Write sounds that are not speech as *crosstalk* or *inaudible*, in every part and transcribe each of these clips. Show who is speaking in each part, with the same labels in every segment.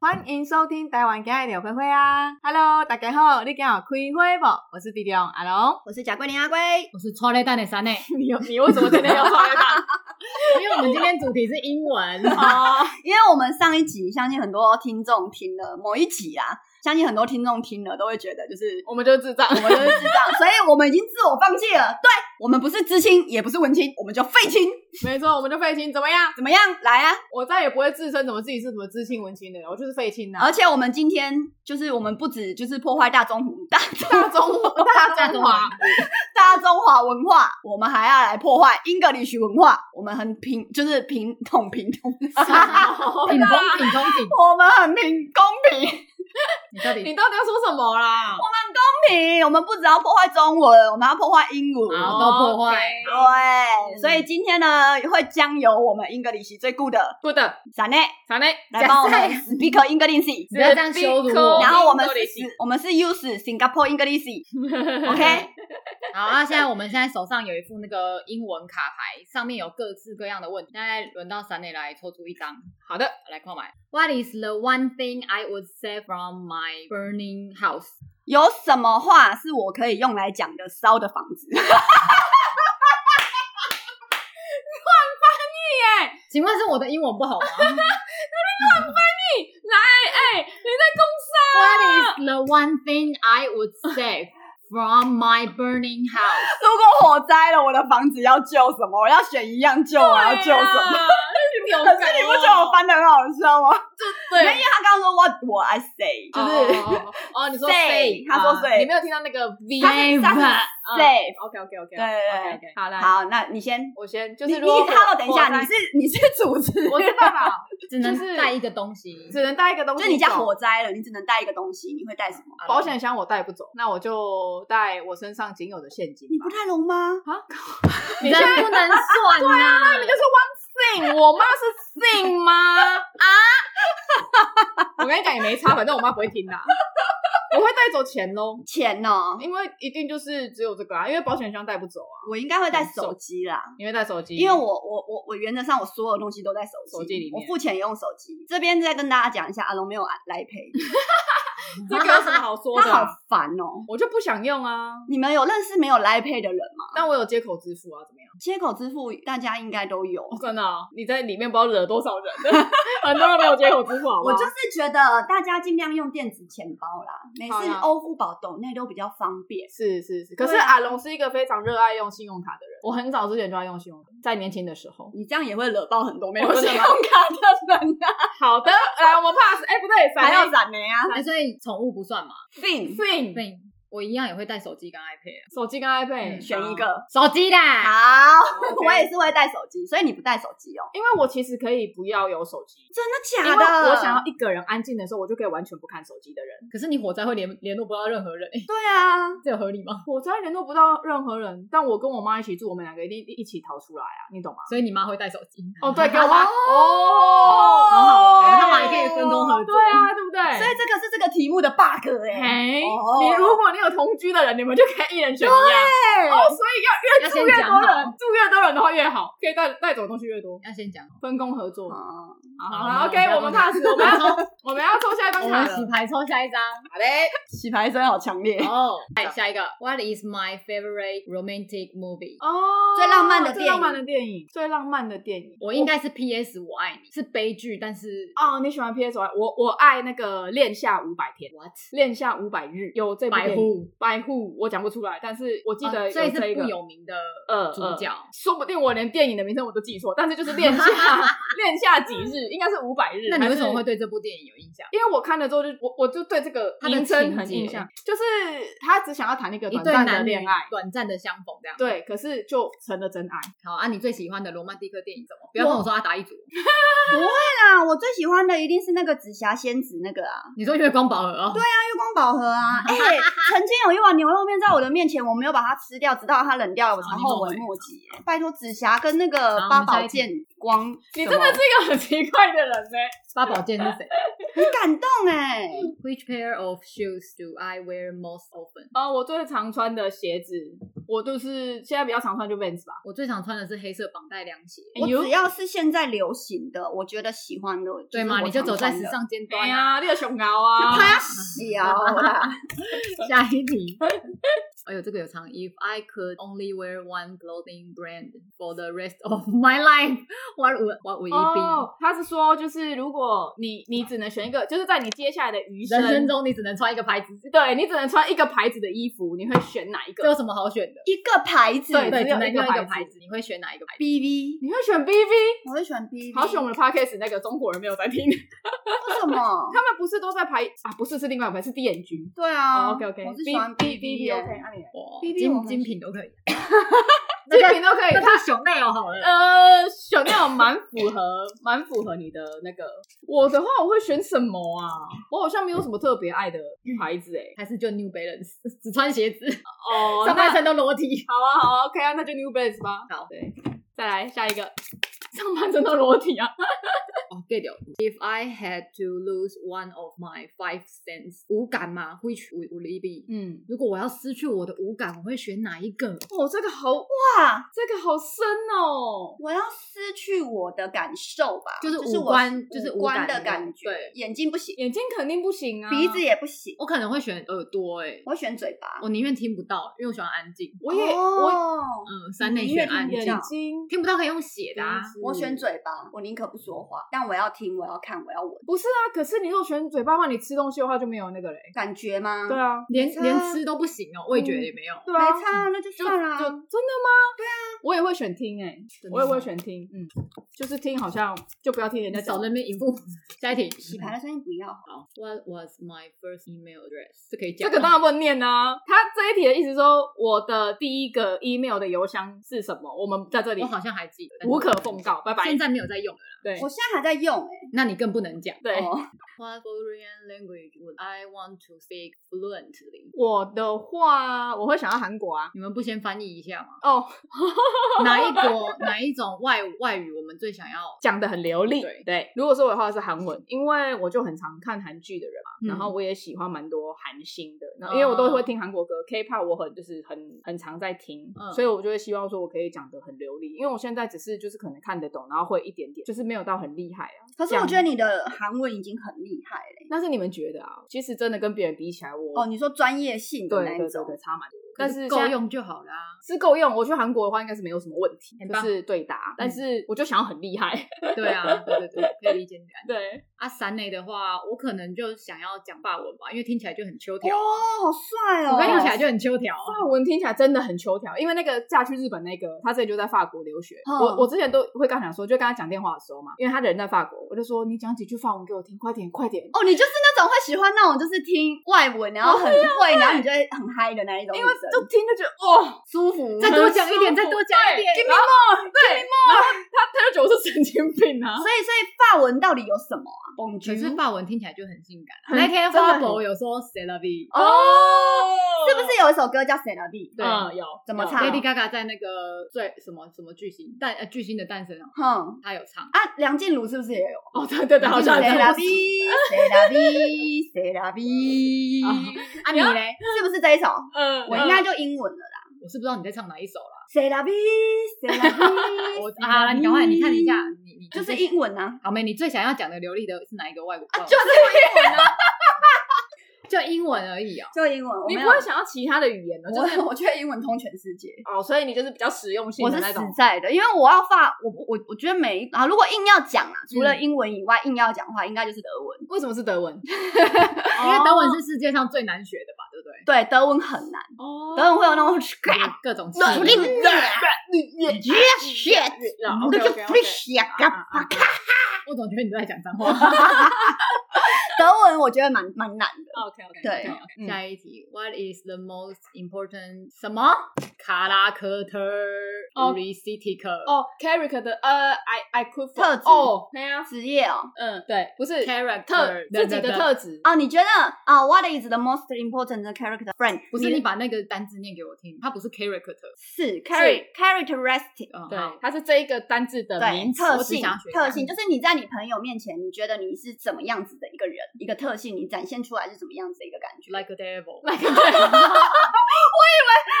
Speaker 1: 欢迎收听台湾今日聊灰灰啊！Hello，大家好，你今有开会不？我是弟弟哦阿龙。
Speaker 2: 我是贾桂林阿龟，
Speaker 3: 我是超累蛋的
Speaker 1: *laughs*
Speaker 3: 三内，
Speaker 1: 你有你为什么真的要穿越大？
Speaker 3: 因为我们今天主题是英文，
Speaker 1: *laughs* 哦，
Speaker 2: *laughs* 因为我们上一集相信很多听众听了某一集啊，相信很多听众听了都会觉得就是
Speaker 1: 我们就是智障。
Speaker 2: 我们就是
Speaker 1: *laughs*
Speaker 2: 智障，所以我们已经自我放弃了。对我们不是知青，也不是文青，我们就废青，
Speaker 1: 没错，我们就废青，怎么样？
Speaker 2: 怎么样？来啊！
Speaker 1: 我再也不会自称怎么自己是什么知青文青的了，我就是废青呐、啊
Speaker 2: 而且我们今天就是我们不止就是破坏大中大
Speaker 1: 大中大中华，
Speaker 2: 大中华文化，我们还要来破坏英格里许文化。我们很平，就是平统平 *laughs* 统，
Speaker 3: 挺
Speaker 1: 啊
Speaker 3: 公
Speaker 1: *laughs*
Speaker 3: 挺公挺，
Speaker 2: 我们很平公平。
Speaker 3: 你到底
Speaker 1: 你到底要说什么啦？
Speaker 2: 平，我们不只要破坏中文，我们要破坏英文。
Speaker 3: 好都破坏
Speaker 1: OK，
Speaker 2: 对，所以今天呢，会将由我们英格里希最 good 的
Speaker 1: Good，
Speaker 2: 闪内
Speaker 1: 啥呢？
Speaker 2: 来帮我们 speak English，
Speaker 3: 不要这样羞辱我
Speaker 2: 然后我们是
Speaker 1: English
Speaker 2: 我们是 use Singapore English，OK？、OK？
Speaker 3: 好啊！现在我们现在手上有一副那个英文卡牌，上面有各式各样的问题。现在轮到三内来抽出一张，
Speaker 1: 好的，
Speaker 3: 来购买。What is the one thing I would say from my burning house？
Speaker 2: 有什么话是我可以用来讲的烧的房子？ *laughs*
Speaker 3: 请问是我的英文不
Speaker 1: *laughs*
Speaker 3: 好吗
Speaker 1: 来，哎、你在啊
Speaker 3: ？What is the one thing I would say from my burning
Speaker 1: *laughs*
Speaker 3: house？
Speaker 2: 如果火灾了，我的房子要救什么？我要选一样救，我要
Speaker 1: 攻
Speaker 2: 救
Speaker 1: 杀、
Speaker 2: 什么？
Speaker 1: 有
Speaker 2: 可是你不觉得我翻的很好笑吗？因为
Speaker 1: 啊对，
Speaker 2: 他刚刚说 what 我 I say，就是
Speaker 1: 哦哦，你说啊
Speaker 2: say，他说 say
Speaker 1: 你没有听到那个 v
Speaker 3: 他是他是
Speaker 2: say。
Speaker 1: OK OK OK，
Speaker 2: 对对
Speaker 1: OK，好来，
Speaker 2: 好，那你先，
Speaker 1: 我先就
Speaker 2: 就是你
Speaker 1: 如果
Speaker 2: 你 Hello，等一下，
Speaker 1: 我
Speaker 2: 你是你是主持人，
Speaker 1: *laughs* 我知道了，
Speaker 3: 只能
Speaker 1: 就是
Speaker 3: 带一个东西。
Speaker 1: 只能带一个东西
Speaker 2: *laughs* 就
Speaker 1: 走，
Speaker 2: 你家火灾了，你只能带一个东西，你会带什么？
Speaker 1: 保险箱我带不走，那我就带我身上仅有的现金
Speaker 2: 你
Speaker 1: 吧
Speaker 2: 不。太聋吗？
Speaker 1: 啊，
Speaker 3: 人不能算啊呐、
Speaker 1: 那个是 one thing，我妈 *laughs* 是 thing 吗？啊，我跟你讲也没差，反正我妈不会听的啊。 *laughs* 我会带走钱喽，
Speaker 2: 钱哦，
Speaker 1: 因为一定就是只有这个啊，因为保险箱带不走啊。
Speaker 2: 我应该会带手机啦，
Speaker 1: 你会带手机？
Speaker 2: 因为我我我我原则上我所有东西都在手机，
Speaker 1: 手机里面
Speaker 2: 我付钱也用手机。这边再跟大家讲一下，阿龙没有来赔， *laughs*
Speaker 1: 这个有什么好说
Speaker 2: 他
Speaker 1: 的啊？
Speaker 2: 好烦哦。
Speaker 1: 我就不想用啊，
Speaker 2: 你们有认识没有来配的人吗？
Speaker 1: 但我有接口支付啊，怎么样？
Speaker 2: 接口支付大家应该都有。
Speaker 1: 哦真的哦、你在里面不知道惹多少人， *laughs* 很多人没有接口支付，好不
Speaker 2: 我
Speaker 1: 好？
Speaker 2: 就是觉得大家尽量用电子钱包啦，每
Speaker 1: 好
Speaker 2: 次
Speaker 1: 啦
Speaker 2: 欧付宝、抖内都比较方便。
Speaker 1: 是是是，可是
Speaker 2: 对啊。
Speaker 1: 阿龙是一个非常热爱用信用卡的人。我很早之前就要用信用卡，在年轻的时候
Speaker 2: 你这样也会惹爆很多没
Speaker 1: 有
Speaker 2: 有
Speaker 1: 信
Speaker 2: 信
Speaker 1: 用
Speaker 2: 用卡的人啊， *laughs*
Speaker 1: 好的，来我们 pass。哎，不对，
Speaker 2: 还
Speaker 1: 闪亮
Speaker 2: 有闪雷啊
Speaker 3: 哎，所以宠物不算嘛？
Speaker 2: ，Fin
Speaker 1: thing，
Speaker 3: 对，我一样也会带手机跟 iPad 啊。
Speaker 1: 手机跟 iPad、
Speaker 3: 嗯
Speaker 2: 选一个。
Speaker 3: 手机啦，
Speaker 2: 好，
Speaker 1: OK
Speaker 2: 我也是会带手机，所以你不带手机哦？
Speaker 1: 因为我其实可以不要有手机，
Speaker 2: 真
Speaker 1: 因为我想要一个人安静的时候，我就可以完全不看手机的人。
Speaker 3: 可是你火灾会联联络不到任何人， *laughs* 哎，
Speaker 2: 对啊，
Speaker 3: 这有合理吗？
Speaker 1: 我再联络不到任何人，但我跟我妈一起住，我们两个一定一起逃出来啊，你懂吗？
Speaker 3: 所以你妈会带手机。
Speaker 1: 哦，对，给我妈
Speaker 2: 好好
Speaker 1: 哦
Speaker 2: 我，们
Speaker 3: 干嘛也可以分工合作
Speaker 1: 对啊，对不对？
Speaker 2: 哎所以这个是这个题目的 bug 哎、
Speaker 1: 嘿，
Speaker 2: 哦
Speaker 1: 你如果你有同居的人，你们就可以一人选一样。
Speaker 2: 对啊
Speaker 1: 哦，所以要越
Speaker 3: 要
Speaker 1: 住
Speaker 3: 先
Speaker 1: 越
Speaker 3: 讲
Speaker 1: 多
Speaker 3: 好
Speaker 1: 人，住越多人的话越好，可以带带走的东西越多，
Speaker 3: *laughs* 要先讲，
Speaker 1: 分工合作。
Speaker 2: 哦
Speaker 1: 好
Speaker 3: 好
Speaker 1: 好好
Speaker 3: 那
Speaker 1: ，OK，我
Speaker 3: 我
Speaker 1: 们
Speaker 3: 们
Speaker 1: pass，我们
Speaker 3: *laughs*
Speaker 1: 要我们要抽下一张卡
Speaker 3: 我们
Speaker 1: 了。
Speaker 3: 洗牌抽下一
Speaker 1: *laughs*
Speaker 3: 张。
Speaker 1: 好嘞，
Speaker 2: 洗牌声好强烈
Speaker 3: 哦，来下一个，What is my favorite romantic movie？
Speaker 1: 哦，
Speaker 2: 最浪漫的
Speaker 1: 最
Speaker 2: 电
Speaker 1: 浪
Speaker 2: 影
Speaker 1: 漫的电影，最浪漫的电影。
Speaker 3: 我应该是 PS 我爱你，是悲剧，但是
Speaker 1: 哦，你喜欢 PS 我我爱那个《恋下五百天》，
Speaker 3: what？
Speaker 1: 恋下五百日有这部
Speaker 3: 白
Speaker 1: 电影。
Speaker 3: 户，
Speaker 1: 白户我讲不出来，但是我记得
Speaker 3: 哦
Speaker 1: 有
Speaker 3: 所以是
Speaker 1: 这个
Speaker 3: 不有名的
Speaker 1: 呃
Speaker 3: 主角。
Speaker 1: 说不定我连电影的名称我都记错，但是就是恋
Speaker 3: *laughs*
Speaker 1: 下恋下几日，应该是五百日。
Speaker 3: 那你为什么
Speaker 1: 还
Speaker 3: 会
Speaker 1: 是？
Speaker 3: 对这部电影有印象？
Speaker 1: 因为我看了之后就我我就对这个
Speaker 3: 它的
Speaker 1: 名称很
Speaker 3: 情节
Speaker 1: 印象，就是他只想要谈一个
Speaker 3: 一
Speaker 1: 短
Speaker 3: 对
Speaker 1: 暂的
Speaker 3: 男女
Speaker 1: 恋爱，
Speaker 3: 短暂的相逢这样。
Speaker 1: 对，可是就成了真爱。
Speaker 3: 好啊，你最喜欢的罗曼蒂克电影什么？不要跟我说《阿达一族》，
Speaker 2: 对啊啦，我最喜欢的一定是那个紫霞仙子那个啊，
Speaker 3: 你说《月光宝盒》哦。对啊，
Speaker 2: 月光宝盒
Speaker 3: *laughs*
Speaker 2: 啊，哎、曾经有一碗牛肉面在我的面前，我没
Speaker 3: 哦
Speaker 2: 有把它吃掉，直到它冷掉了，我才后悔莫及、哎拜托紫霞跟那个
Speaker 3: 好
Speaker 2: 八
Speaker 3: 我们下
Speaker 2: 宝
Speaker 3: 一题
Speaker 2: 剑，光，
Speaker 1: 你真的是一个很奇怪的人呢、
Speaker 3: 八宝剑是谁
Speaker 2: 很感动哎、
Speaker 3: ？Which pair of shoes do I wear most often？
Speaker 1: 啊、我最常穿的鞋子，我就是现在比较常穿就 Vans 吧。
Speaker 3: 我最常穿的是黑色绑带凉鞋。
Speaker 2: 我
Speaker 1: You？
Speaker 2: 只要是现在流行的，我觉得喜欢的，
Speaker 3: 对
Speaker 2: 嘛，
Speaker 3: 嘛，你就走在时尚尖
Speaker 1: 哎
Speaker 3: 端啊！
Speaker 1: 呀，你的熊高 *laughs* 啊！
Speaker 2: 他小
Speaker 3: *laughs*
Speaker 2: 啦，
Speaker 3: 下一题，哎呦，这个有长。If I could only wear one clothing brand for the rest of my life, *laughs* what would what would it be？、
Speaker 1: 哦，他是说，就是如果你你只能选一个，就是在你接下来的余生
Speaker 3: 人，生中你只能穿一个牌子，
Speaker 1: 对你只能穿一个牌子的衣服，你会选哪一
Speaker 3: 这
Speaker 1: 个？
Speaker 3: 有什么好选的？
Speaker 2: 一个牌子，
Speaker 1: 对
Speaker 3: 对，
Speaker 1: 只
Speaker 3: 只
Speaker 1: 有
Speaker 3: 能
Speaker 1: 一
Speaker 3: 一
Speaker 1: 个
Speaker 3: 个
Speaker 1: 牌子
Speaker 3: 牌子，你会选哪一个牌子？
Speaker 2: ，BV，
Speaker 1: 你会选 BV？
Speaker 2: 我会选 BV，
Speaker 1: 好
Speaker 3: 啊
Speaker 1: 选我们的 podcast 那个中国人没有在听，
Speaker 2: 为什么？
Speaker 1: 他们不是都在排啊？不是，是另外一排是 DNG。
Speaker 2: 对啊、
Speaker 3: *laughs*
Speaker 1: 哦，OK，OK
Speaker 2: 我是喜欢
Speaker 1: B-
Speaker 2: BV
Speaker 1: BV
Speaker 2: 耶
Speaker 1: OK，那你呢
Speaker 3: 哇
Speaker 2: BB 我
Speaker 3: 精
Speaker 2: 很
Speaker 3: 精品都可以，
Speaker 1: 这瓶都可以
Speaker 3: 那。它熊内容哦好了。
Speaker 1: 呃，选那种蛮符合、蛮符合你的那个。我的话，我会选什么啊？我好像没有什么特别爱的牌子哎、
Speaker 3: 还是就 New Balance，只 *laughs* 穿鞋子，
Speaker 1: 哦
Speaker 3: 上半身都裸体。 *laughs*
Speaker 1: 好啊，好啊，OK 啊，那就 New Balance 吧。
Speaker 3: 好
Speaker 1: 对，再来下一个，上半身都裸体啊。
Speaker 3: 哦，get 掉。If I had to lose one of my five sense，五感嘛，which would would it be？
Speaker 1: 嗯，
Speaker 3: 如果我要失去我的五感，我会选哪一个？
Speaker 1: 哦，这个好，
Speaker 2: 哇，
Speaker 1: 这个好深哦。
Speaker 2: 我要失去我的感受吧，
Speaker 3: 就是
Speaker 2: 就是
Speaker 3: 五
Speaker 2: 我
Speaker 3: 官就是
Speaker 2: 五
Speaker 3: 五
Speaker 2: 官
Speaker 3: 感
Speaker 2: 的
Speaker 3: 的
Speaker 2: 感觉，
Speaker 3: 对
Speaker 2: 眼睛不行，
Speaker 1: 眼睛肯定不行啊，
Speaker 2: 鼻子也不行，
Speaker 3: 我可能会选耳朵、欸，
Speaker 2: 我选嘴巴，
Speaker 3: 我宁愿听不到，因为我喜欢安静。
Speaker 1: 我也、
Speaker 2: 哦
Speaker 3: 嗯，三内
Speaker 2: 宁愿
Speaker 3: 选安
Speaker 1: 我
Speaker 2: 听不，到
Speaker 3: 静
Speaker 1: 眼睛
Speaker 3: 听不到可以用写的、啊。
Speaker 2: 我
Speaker 1: 嗯
Speaker 2: 选。嘴巴，我宁可不说话，但我要听，我要看，我要闻，
Speaker 1: 不是啊，可是你如果选嘴巴的话，你吃东西的话就没有那个嘞。
Speaker 2: 感觉吗？
Speaker 1: 对啊，
Speaker 3: 连
Speaker 2: 没差
Speaker 3: 连吃都不行哦，味觉也嗯没有。
Speaker 1: 对啊，
Speaker 2: 没差，那就
Speaker 1: 就就
Speaker 2: 算
Speaker 1: 真的吗？对
Speaker 2: 啦。
Speaker 1: 啊，我也会选听哎、
Speaker 3: 真的
Speaker 1: 我也会选听，嗯，就是听好像就不要听人家
Speaker 3: 你
Speaker 1: 讲
Speaker 3: 少。在那边一
Speaker 1: *laughs*
Speaker 3: 步。下一题，
Speaker 2: 洗牌的声音不要，
Speaker 3: 好，What was my first email address？这可以
Speaker 1: 这
Speaker 3: 讲吗。
Speaker 1: 个当然不能念啊！他这一题的意思说，我的第一个 email 的邮箱是什么？我们在这里
Speaker 3: 我好像还记得，但是
Speaker 1: 无可奉告，拜拜。
Speaker 3: 现在没有在用了啦。
Speaker 1: 对
Speaker 2: 我现在还在用哎、
Speaker 3: 那你更不能讲。
Speaker 1: 对，
Speaker 2: 哦
Speaker 3: What foreign language would I want to speak fluently？
Speaker 1: 我的话我会想要韩国啊。
Speaker 3: 你们不先翻译一下吗？ *laughs*
Speaker 1: 哦，
Speaker 3: 哪一国哪一种外外语我们最想要？
Speaker 1: 讲的很流利。
Speaker 3: 对
Speaker 1: 如果说我的话是韩文，因为我就很常看韩剧的人嘛，
Speaker 3: 嗯
Speaker 1: 然后我也喜欢蛮多韩星的，然后因为我都会听韩国歌、k p o p 我很就是很很常在听，
Speaker 3: 嗯
Speaker 1: 所以我就会希望说我可以讲的很流利，因为我现在只是就是可能看得懂，然后会一点点，就是没有到很厉害啊。
Speaker 2: 可是我觉得你的韩文已经很厉害了、
Speaker 1: 那是你们觉得啊，其实真的跟别人比起来我，
Speaker 2: 哦，你说专业性的
Speaker 1: 对
Speaker 2: 那
Speaker 1: 对
Speaker 2: 一
Speaker 1: 对
Speaker 2: 种，
Speaker 1: 对差蛮多，但是
Speaker 3: 够
Speaker 1: 现在
Speaker 3: 用就好啦。
Speaker 1: 是够用。我去韩国的话，应该是没有什么问题，
Speaker 3: 很
Speaker 1: 就
Speaker 3: 棒
Speaker 1: 是对答。但是我就想要很厉害， *laughs*
Speaker 3: 对啊，对对对，可以理解你的感觉。
Speaker 1: 对，
Speaker 3: 啊，三内的话，我可能就想要讲法文吧，因为听起来就很秋条。啊
Speaker 2: 哦，好帅哦！
Speaker 3: 我刚听起来就很秋条。啊
Speaker 1: 法文听起来真的很秋条，因为那个嫁去日本那个，他之前就在法国留学。
Speaker 2: 嗯
Speaker 1: 我我之前都会跟他讲说，就跟他讲电话的时候嘛，因为他人在法国，我就说你讲几句法文给我听，快点快点。
Speaker 2: 哦，你就是那种会喜欢那种就是听外文，然后很会，然后你就会很嗨的那一种
Speaker 1: 啊
Speaker 2: 女
Speaker 1: 因
Speaker 2: 生，
Speaker 1: 为就听就觉得哦，
Speaker 2: 舒服。
Speaker 3: 再
Speaker 1: *laughs*
Speaker 3: 多讲一点，
Speaker 1: 很舒服
Speaker 3: 再多讲一点。
Speaker 1: 然后对，然后他他就觉得我是神经病啊
Speaker 2: 所。以，所以法文到底有什么啊？
Speaker 3: 可是法文听起来就很性感啊。
Speaker 1: 很
Speaker 3: 那天
Speaker 1: 真的
Speaker 3: 花
Speaker 1: 很
Speaker 3: 博有说 c e l a v i
Speaker 1: 哦，
Speaker 2: 是不是有一首歌叫《谁的地》？
Speaker 3: 对
Speaker 1: 嗯，有
Speaker 2: 怎么
Speaker 1: 有
Speaker 2: 唱
Speaker 3: Lady Gaga 在那个最什么什么巨星诞呃巨星的诞生哦，
Speaker 2: 哼
Speaker 3: 她有唱。 *laughs*
Speaker 2: 啊，梁静茹是不是也有？
Speaker 1: 哦，对对对，好像
Speaker 2: 谁
Speaker 1: 是
Speaker 2: 的地？谁的地？谁的地？
Speaker 3: 啊你嘞？
Speaker 2: 是不是这一首？
Speaker 1: *laughs* 嗯，
Speaker 2: 我应该就英文了啦。
Speaker 3: 我是不知道你在唱哪一首
Speaker 2: *laughs*
Speaker 3: 啦。
Speaker 2: 谁的地？谁的地？
Speaker 3: 我好了，你赶快你看一下，你你
Speaker 2: 就是英文啊，
Speaker 3: 好妹，你最想要讲的流利的是哪一个外国？
Speaker 2: 啊，
Speaker 3: 外
Speaker 2: 就是
Speaker 3: 国
Speaker 2: 英文啊，
Speaker 3: *laughs* 就英文而已哦。
Speaker 2: 就英文。我
Speaker 1: 你
Speaker 2: 没
Speaker 1: 不
Speaker 2: 有
Speaker 1: 会想要其他的语言的，就是
Speaker 2: 我我觉得英文通全世界。
Speaker 1: 哦，所以你就是比较实用性
Speaker 2: 我
Speaker 1: 的
Speaker 2: 是
Speaker 1: 那
Speaker 2: 实
Speaker 1: 种。
Speaker 2: 在的，因为我要发我我我觉得每一啊，如果硬要讲啊，除了英文以外，硬要讲的话，应该就是德文，
Speaker 1: 为什么是德文？哦
Speaker 3: 因为德文是世界上最难学的吧，对不对？
Speaker 2: 对，德文很难，
Speaker 1: 哦
Speaker 2: 德文会有那种 crap，
Speaker 3: 各种气
Speaker 2: 努力
Speaker 3: 音，
Speaker 2: 那
Speaker 1: shit，
Speaker 2: 个 free
Speaker 1: 啊啊啊
Speaker 3: 我总觉得你都在讲脏话。
Speaker 2: 德文我觉得蛮蛮难的，
Speaker 3: OK OK，
Speaker 2: 对
Speaker 1: 嗯
Speaker 3: *laughs* 下一题，What is the most important 什么 characteristic？
Speaker 1: 哦，character 的呃，I I could
Speaker 2: 特质
Speaker 1: 哦，对呀，
Speaker 2: 职业哦。
Speaker 1: 嗯，对，不是
Speaker 3: character
Speaker 1: 特自己的特质，
Speaker 2: 哦，你觉得啊、w h a t is the most important character friend？
Speaker 3: 不是你把那个单字念给我听，它不是 character，
Speaker 2: 是 char characteristic，
Speaker 3: 嗯，
Speaker 1: 对
Speaker 3: 好，
Speaker 1: 它是这一个单字的名
Speaker 2: 对，
Speaker 1: 词。
Speaker 2: 特
Speaker 3: 我只
Speaker 2: 性
Speaker 3: 想学，它
Speaker 2: 特性就是你在你朋友面前，你觉得你是怎么样子的一个人，一个特性，你展现出来是怎么样子的一个感觉
Speaker 3: like a devil，
Speaker 1: 那个对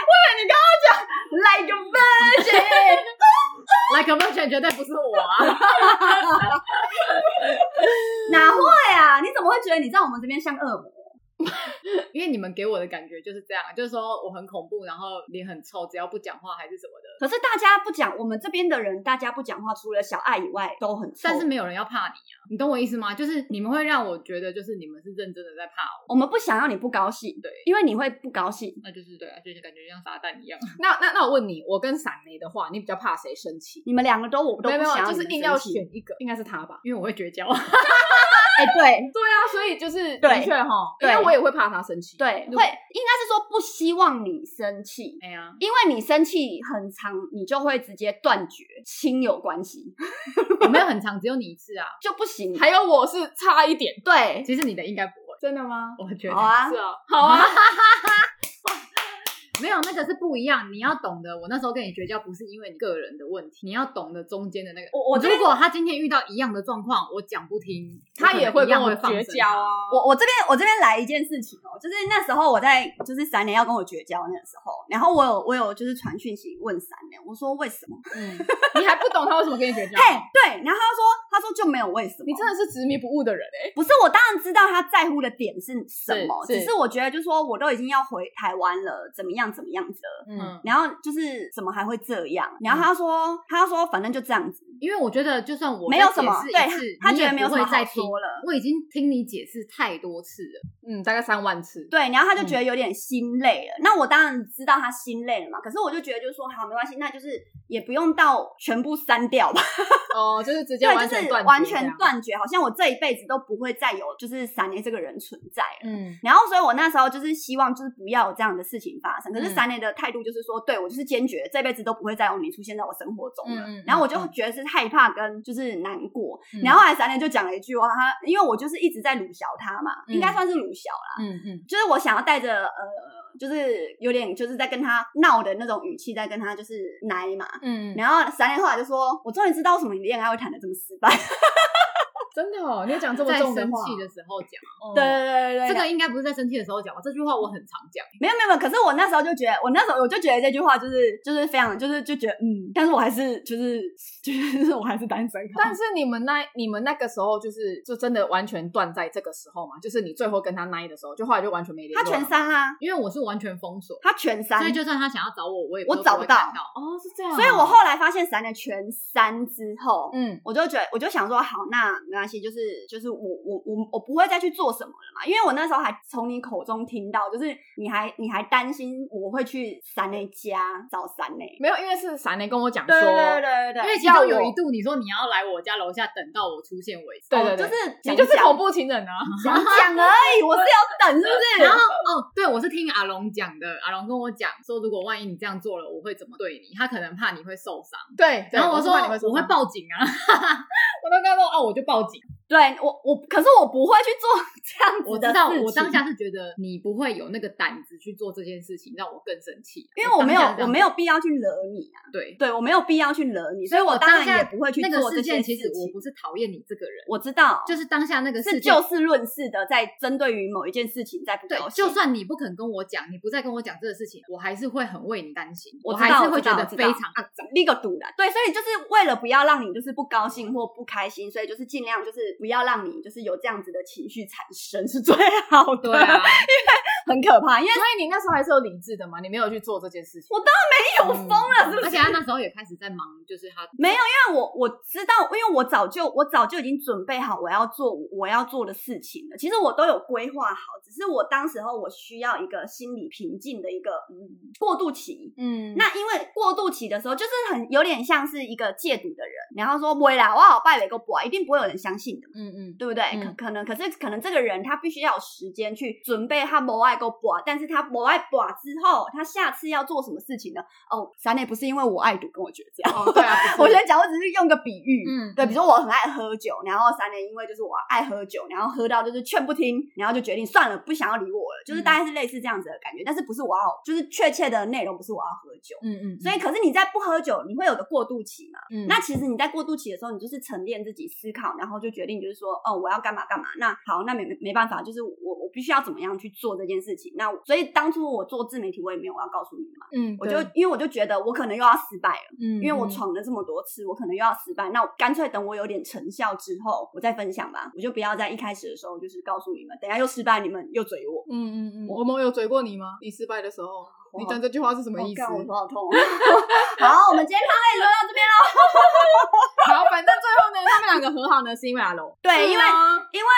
Speaker 2: ？Like a virgin，
Speaker 3: Like a virgin 绝对不是我啊！ *laughs*
Speaker 2: 哪会啊？你怎么会觉得你在我们这边像恶魔？
Speaker 3: 因为你们给我的感觉就是这样，就是说我很恐怖，然后脸很臭，只要不讲话还是什么的，
Speaker 2: 可是大家不讲，我们这边的人大家不讲话，除了小爱以外都很臭。
Speaker 3: 但是没有人要怕你啊，你懂我意思吗？就是你们会让我觉得就是你们是认真的在怕我，
Speaker 2: 我们不想要你不高兴，
Speaker 3: 对
Speaker 2: 因为你会不高兴。
Speaker 3: 那就是对啊，就是感觉像撒旦一样。
Speaker 1: 那那那我问你，我跟闪雷的话，你比较怕谁生气？
Speaker 2: 你们两个都我都
Speaker 1: 没
Speaker 2: 不
Speaker 1: 有没
Speaker 2: 想
Speaker 1: 有，
Speaker 2: 要
Speaker 1: 就是
Speaker 2: 你们生
Speaker 1: 硬要
Speaker 2: 气
Speaker 1: 选一个，应该是他吧？
Speaker 3: 因为我会绝交，啊
Speaker 2: 哎、对
Speaker 1: 对啊，所以就是
Speaker 2: 对
Speaker 1: 的确哈，因为
Speaker 2: 对
Speaker 1: 我也会怕他生气。
Speaker 2: 对，会应该是说不希望你生气，
Speaker 3: *laughs* 哎呀，
Speaker 2: 因为你生气很长，你就会直接断绝亲友关系，
Speaker 3: 我没有很长，只有你一次啊。
Speaker 2: 就不行。
Speaker 1: 还有我是差一点，
Speaker 2: 对，
Speaker 3: 其实你的应该不会，
Speaker 1: 真的吗？
Speaker 3: 我觉得、
Speaker 2: 好啊
Speaker 1: 是，啊，好
Speaker 2: *laughs*
Speaker 1: 啊，
Speaker 3: 没有那个是不一样。你要懂得，我那时候跟你绝交不是因为你个人的问题，你要懂得中间的那个。
Speaker 2: 我我这
Speaker 3: 如
Speaker 2: 边
Speaker 3: 果他今天遇到一样的状况，我讲不听，
Speaker 1: 他也
Speaker 3: 会
Speaker 1: 会跟我
Speaker 3: 放
Speaker 1: 绝
Speaker 3: 生
Speaker 1: 交。啊。
Speaker 2: 我我这边我这边来一件事情哦，就是那时候我在就是闪年要跟我绝交那个时候，然后我有我有就是传讯息问闪年，我说为什么？
Speaker 1: 嗯，你还不懂他为什么跟你绝
Speaker 2: *laughs*
Speaker 1: 交？
Speaker 2: 嘿，对，然后他说他说就没有为什么，
Speaker 1: 你真的是执迷不悟的人哎。
Speaker 2: 不是，我当然知道他在乎的点是什么，
Speaker 1: 是是
Speaker 2: 只是我觉得就是说我都已经要回台湾了，怎么样怎么样子了。
Speaker 1: 嗯，
Speaker 3: 嗯，
Speaker 2: 然后就是怎么还会这样？然后他说，他说反正就这样子，
Speaker 3: 因为我觉得就算我
Speaker 2: 没有什么
Speaker 3: 再，解释
Speaker 2: 对
Speaker 3: 一次，
Speaker 2: 他他
Speaker 3: 你
Speaker 2: 觉
Speaker 3: 也
Speaker 2: 得没有
Speaker 3: 不
Speaker 2: 什
Speaker 3: 会
Speaker 2: 么
Speaker 3: 再
Speaker 2: 好
Speaker 3: 听。
Speaker 2: 说了。
Speaker 3: 我已经听你解释太多次了，
Speaker 1: 嗯，大概三万次。
Speaker 2: 对，然后他
Speaker 3: 嗯
Speaker 2: 就觉得有点心累了。那我当然知道他心累了嘛，可是我就觉得就是说，好，没关系，那就是也不用到全部删掉吧，
Speaker 1: 哦，就是直接
Speaker 2: 对，
Speaker 1: 完
Speaker 2: 就
Speaker 1: 全
Speaker 2: 是
Speaker 1: 断，
Speaker 2: 完全。断绝，好像我这一辈子都不会再有就是闪爷这个人存在了。
Speaker 1: 嗯，
Speaker 2: 然后，所以我那时候就是希望，就是不要有这样的事情发生。可是
Speaker 1: 嗯
Speaker 2: 三内的态度就是说，对我就是坚决，这辈子都不会再有你出现在我生活中了。
Speaker 1: 嗯嗯嗯
Speaker 2: 然后我就觉得是害怕跟就是难过。
Speaker 1: 嗯
Speaker 2: 然后后来三内就讲了一句话，他因为我就是一直在鲁小他嘛，
Speaker 1: 嗯
Speaker 2: 应该算是鲁小啦，
Speaker 1: 嗯嗯，
Speaker 2: 就是我想要带着呃。就是有点就是在跟他闹的那种语气，在跟他就是奶嘛。
Speaker 1: 嗯，
Speaker 2: 然后三年后来就说：“我终于知道为什么你恋爱会谈的这么失败。
Speaker 1: 真的哦，你有讲这么
Speaker 3: 在
Speaker 1: 重
Speaker 3: 生
Speaker 1: 的话，
Speaker 3: 气的时候讲，”
Speaker 1: 哦
Speaker 2: *laughs* 对对对对嗯对，啊
Speaker 3: 这个应该不是在生气的时候讲吧？这句话我很常讲。
Speaker 2: 没有没有，没有可是我那时候就觉得，我那时候我就觉得这句话就是就是非常就是就觉得嗯，但是我还是就是就是我还是单身。
Speaker 1: 但是你们那你们那个时候就是就真的完全断在这个时候嘛，就是你最后跟他那的时候，就后来就完全没联络
Speaker 2: 他
Speaker 1: 了。
Speaker 2: 全删啦、
Speaker 3: 因为我是完全封锁，
Speaker 2: 他全删，
Speaker 3: 所以
Speaker 2: 所
Speaker 3: 就算他想要找我，我也
Speaker 2: 啊我
Speaker 3: 都不
Speaker 2: 找
Speaker 3: 会
Speaker 2: 不到
Speaker 3: 看到。
Speaker 1: 哦，是这样。
Speaker 2: 以我后来发现闪的全删之后。
Speaker 1: 嗯
Speaker 2: 我就觉得，我就想说，好，那没关系，就是就是我我我我不会再去做什么了嘛，因为我那时候还从你口中听到，就是你还你还担心我会去闪内家找闪内，
Speaker 1: 没有，因为是闪雷跟我讲说，
Speaker 2: 对对对对对对，
Speaker 3: 因为其
Speaker 1: 要
Speaker 3: 中
Speaker 1: 我
Speaker 3: 有一度你说你要来我家楼下等到我出现为止，
Speaker 1: 对对
Speaker 2: 哦
Speaker 1: 对
Speaker 2: 就是
Speaker 1: 你
Speaker 2: 讲
Speaker 1: 就是
Speaker 2: 讲
Speaker 1: 恐怖情人啊！ *laughs*
Speaker 2: 想讲而已，我是要等，是不是？
Speaker 3: 然后哦，对我是听阿龙讲的，阿龙跟我讲说，如果万一你这样做了，我会怎么对你？他可能怕你会受伤，
Speaker 1: 对，对
Speaker 3: 然后我
Speaker 1: 我
Speaker 3: 说
Speaker 1: 是怕你会受
Speaker 3: 我会
Speaker 1: 伤，
Speaker 3: 报警啊， *laughs* 我都跟他说哦，我就报警。
Speaker 2: 对我我，可是我不会去做 *laughs* 这样
Speaker 3: 我
Speaker 2: 子
Speaker 3: 知
Speaker 2: 的
Speaker 3: 道，
Speaker 2: 事情
Speaker 3: 我当，下是觉得你不会有那个胆子去做这件事情，让我更生气，
Speaker 2: 因为我没有
Speaker 3: 当下这
Speaker 2: 我
Speaker 3: 样
Speaker 2: 没有必要去惹你啊，
Speaker 3: 对
Speaker 2: 对我没有必要去惹你，所以我
Speaker 3: 当
Speaker 2: 当
Speaker 3: 下
Speaker 2: 然也不会去
Speaker 3: 那个
Speaker 2: 做这
Speaker 3: 事
Speaker 2: 些
Speaker 3: 件。
Speaker 2: 事
Speaker 3: 其实我
Speaker 2: 情。
Speaker 3: 不是讨厌你这个人，
Speaker 2: 我知道，
Speaker 3: 就是当下那个
Speaker 2: 是
Speaker 3: 事件
Speaker 2: 就事论事的，在针对于某一件事情在不
Speaker 3: 对
Speaker 2: 高，兴
Speaker 3: 就算你不肯跟我讲，你不再跟我讲这个事情，我还是会很为你担心，
Speaker 2: 我知
Speaker 3: 还
Speaker 2: 道
Speaker 3: 是会
Speaker 2: 我知道
Speaker 3: 觉得
Speaker 2: 我知
Speaker 3: 非
Speaker 2: 道 *laughs*
Speaker 3: 常啊肮脏。
Speaker 2: 立个赌啦，对，所以就是为了不要让你就是不高兴或不开心，所以就是尽量就是不要让你就是有这样子的情绪产生是最好的。
Speaker 3: 对啊，
Speaker 2: 很可怕，因为
Speaker 1: 所以你
Speaker 2: *laughs*
Speaker 1: 那时候还是有理智的嘛，你没有去做这件事情。
Speaker 2: 我没
Speaker 3: 嗯
Speaker 2: 有疯了，是不
Speaker 3: 而
Speaker 2: 是？
Speaker 3: 且他那时候也开始在忙，就是他
Speaker 2: 没有，因为我我知道，因为我早就我早就已经准备好我要做我要做的事情了。其实我都有规划好，只是我当时候我需要一个心理平静的一个嗯过渡期。
Speaker 1: 嗯
Speaker 2: 那因为过渡期的时候，就是很有点像是一个戒赌的人，然后说不会啦，我好拜了一个啊博，一定不会有人相信的嘛，
Speaker 1: 嗯嗯，
Speaker 2: 对不对？
Speaker 1: 嗯
Speaker 2: 可可能可是可能这个人他必须要有时间去准备他不爱个博，但是他不爱博之后，他下次要做什么事情呢？哦，三内不是因为我爱赌跟我绝交，，
Speaker 1: 哦对啊
Speaker 2: 我先讲，我只是用个比喻，
Speaker 3: 嗯
Speaker 2: 对，比如说我很爱喝酒，然后三年因为就是我爱喝酒，然后喝到就是劝不听，然后就决定算了，不想要理我了，就是大概是类似这样子的感觉，但是不是我要，就是确切的内容不是我要喝酒。
Speaker 1: 嗯嗯，
Speaker 2: 所以，可是你在不喝酒，你会有个过渡期嘛？
Speaker 1: 嗯
Speaker 2: 那其实你在过渡期的时候，你就是沉淀自己思考，然后就决定就是说，哦，我要干嘛干嘛。那好，那没没没办法，就是我我必须要怎么样去做这件事情。那所以当初我做自媒体，我也没有要告诉你嘛，
Speaker 1: 嗯，
Speaker 2: 我就因为我就觉得我可能又要失败了。
Speaker 1: 因
Speaker 2: 因为我闯了这么多次，我可能又要失败，那我干脆等我有点成效之后，我再分享吧。我就不要在一开始的时候就是告诉你们，等一下又失败，你们又嘴我。
Speaker 1: 嗯嗯嗯，我们有追过你吗？你失败的时候，你讲这句话是什么意思？
Speaker 2: 我哦干我头好痛。 *laughs* 好，我们今天汤类就到
Speaker 1: *laughs*
Speaker 2: 这边喽。
Speaker 1: 好，反正最后呢，他们两个和好呢，是因为阿龙，
Speaker 2: 对，因为
Speaker 1: 啊
Speaker 2: 因为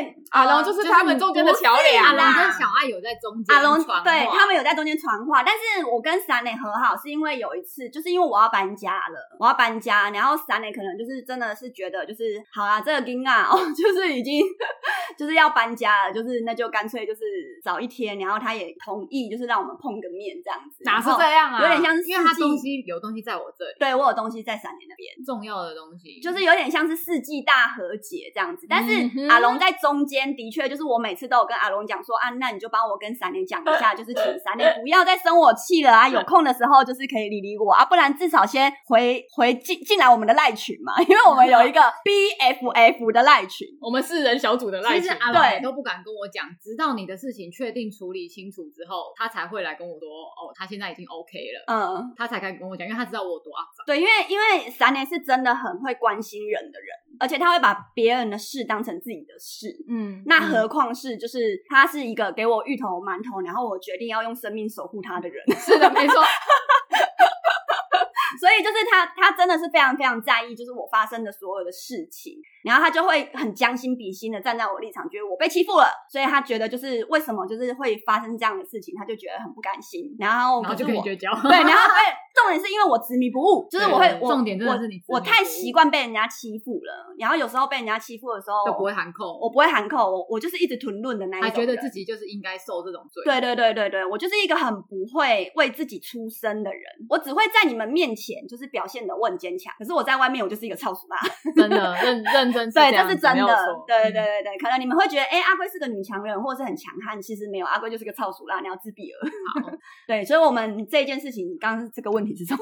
Speaker 2: 因为
Speaker 1: 阿龙
Speaker 2: 呃
Speaker 1: 就是
Speaker 3: 就是
Speaker 1: 他们中间的桥梁
Speaker 3: 阿
Speaker 1: 啊
Speaker 3: 龙
Speaker 2: 啦
Speaker 3: 跟小爱有在中间
Speaker 2: 阿龙
Speaker 3: 传话
Speaker 2: 对他们有在中间传话，但是我跟闪磊和好是因为有一次，就是因为我要搬家了，我要搬家，然后闪磊可能就是真的是觉得就是好啦，这个丁啊，哦，就是已经 *laughs* 就是要搬家了，就是那就干脆就是早一天，然后他也同意，就是让我们碰个面这样子，
Speaker 1: 哪是
Speaker 2: 然后
Speaker 1: 这样啊？
Speaker 2: 哦有点像是
Speaker 3: 因为他
Speaker 2: 四季
Speaker 3: 东西有东西在我这里，
Speaker 2: 对我有东西在闪磊那边。
Speaker 3: 重要的东西
Speaker 2: 就是有点像是世纪大和解这样子，但
Speaker 1: 嗯
Speaker 2: 是
Speaker 1: 哼
Speaker 2: 阿龙在中间的确就是我每次都有跟阿龙讲说啊，那你就帮我跟闪雷讲一下，就是请闪雷不要再生我气了啊，有空的时候就是可以理理我啊，不然至少先回回进进来我们的赖群嘛，因为我们
Speaker 1: *laughs*
Speaker 2: 有一个 BFF 的赖群，
Speaker 1: 我们四人小组的赖
Speaker 3: 其
Speaker 1: 群
Speaker 3: 实阿龙也
Speaker 2: 对
Speaker 3: 都不敢跟我讲，直到你的事情确定处理清楚之后，他才会来跟我说哦，他现在已经 OK 了。
Speaker 2: 嗯，
Speaker 3: 他才开始跟我讲，因为他知道我有多肮脏。
Speaker 2: 对，因为因为闪雷是真的很会关心人的人，而且他会把别人的事当成自己的事，
Speaker 1: 嗯，
Speaker 2: 那何况是就是他是一个给我芋头馒头，然后我决定要用生命守护他的人，
Speaker 1: 嗯
Speaker 3: 是的，没错。
Speaker 2: 所以就是他他真的是非常非常在意，就是我发生的所有的事情，然后他就会很将心比心的站在我立场，觉得我被欺负了，所以他觉得就是为什么就是会发生这样的事情，他就觉得很不甘心，然后
Speaker 3: 然后
Speaker 2: 哦可
Speaker 3: 就是跟你
Speaker 2: 我。
Speaker 3: 绝交。
Speaker 2: 对，然后对，重点是因为我执迷不悟，就是我会
Speaker 3: 对
Speaker 2: 我
Speaker 3: 重点真的是你执迷
Speaker 2: 我我太习惯被人家欺负了，然后有时候被人家欺负的时候，
Speaker 3: 就不会喊扣，
Speaker 2: 我不会喊扣，我我就是一直吞论的那一种
Speaker 3: 还
Speaker 2: 人，
Speaker 3: 觉得自己就是应该受这种罪。
Speaker 2: 对对对对对，我就是一个很不会为自己出声的人，我只会在你们面前就是表现的我很坚强，可是我在外面我就是一个操死妈。
Speaker 1: 真的认认真，
Speaker 2: 对，这是真
Speaker 1: 没有
Speaker 2: 的
Speaker 1: 错。嗯
Speaker 2: 对对对对对，可能你们会觉得，哎、阿龟是个女强人，或者是很强悍，其实没有，阿龟就是个操鼠啦，你要自闭了。
Speaker 3: 好，
Speaker 2: *laughs* 对，所以我们这件事情，刚刚这个问题是什么？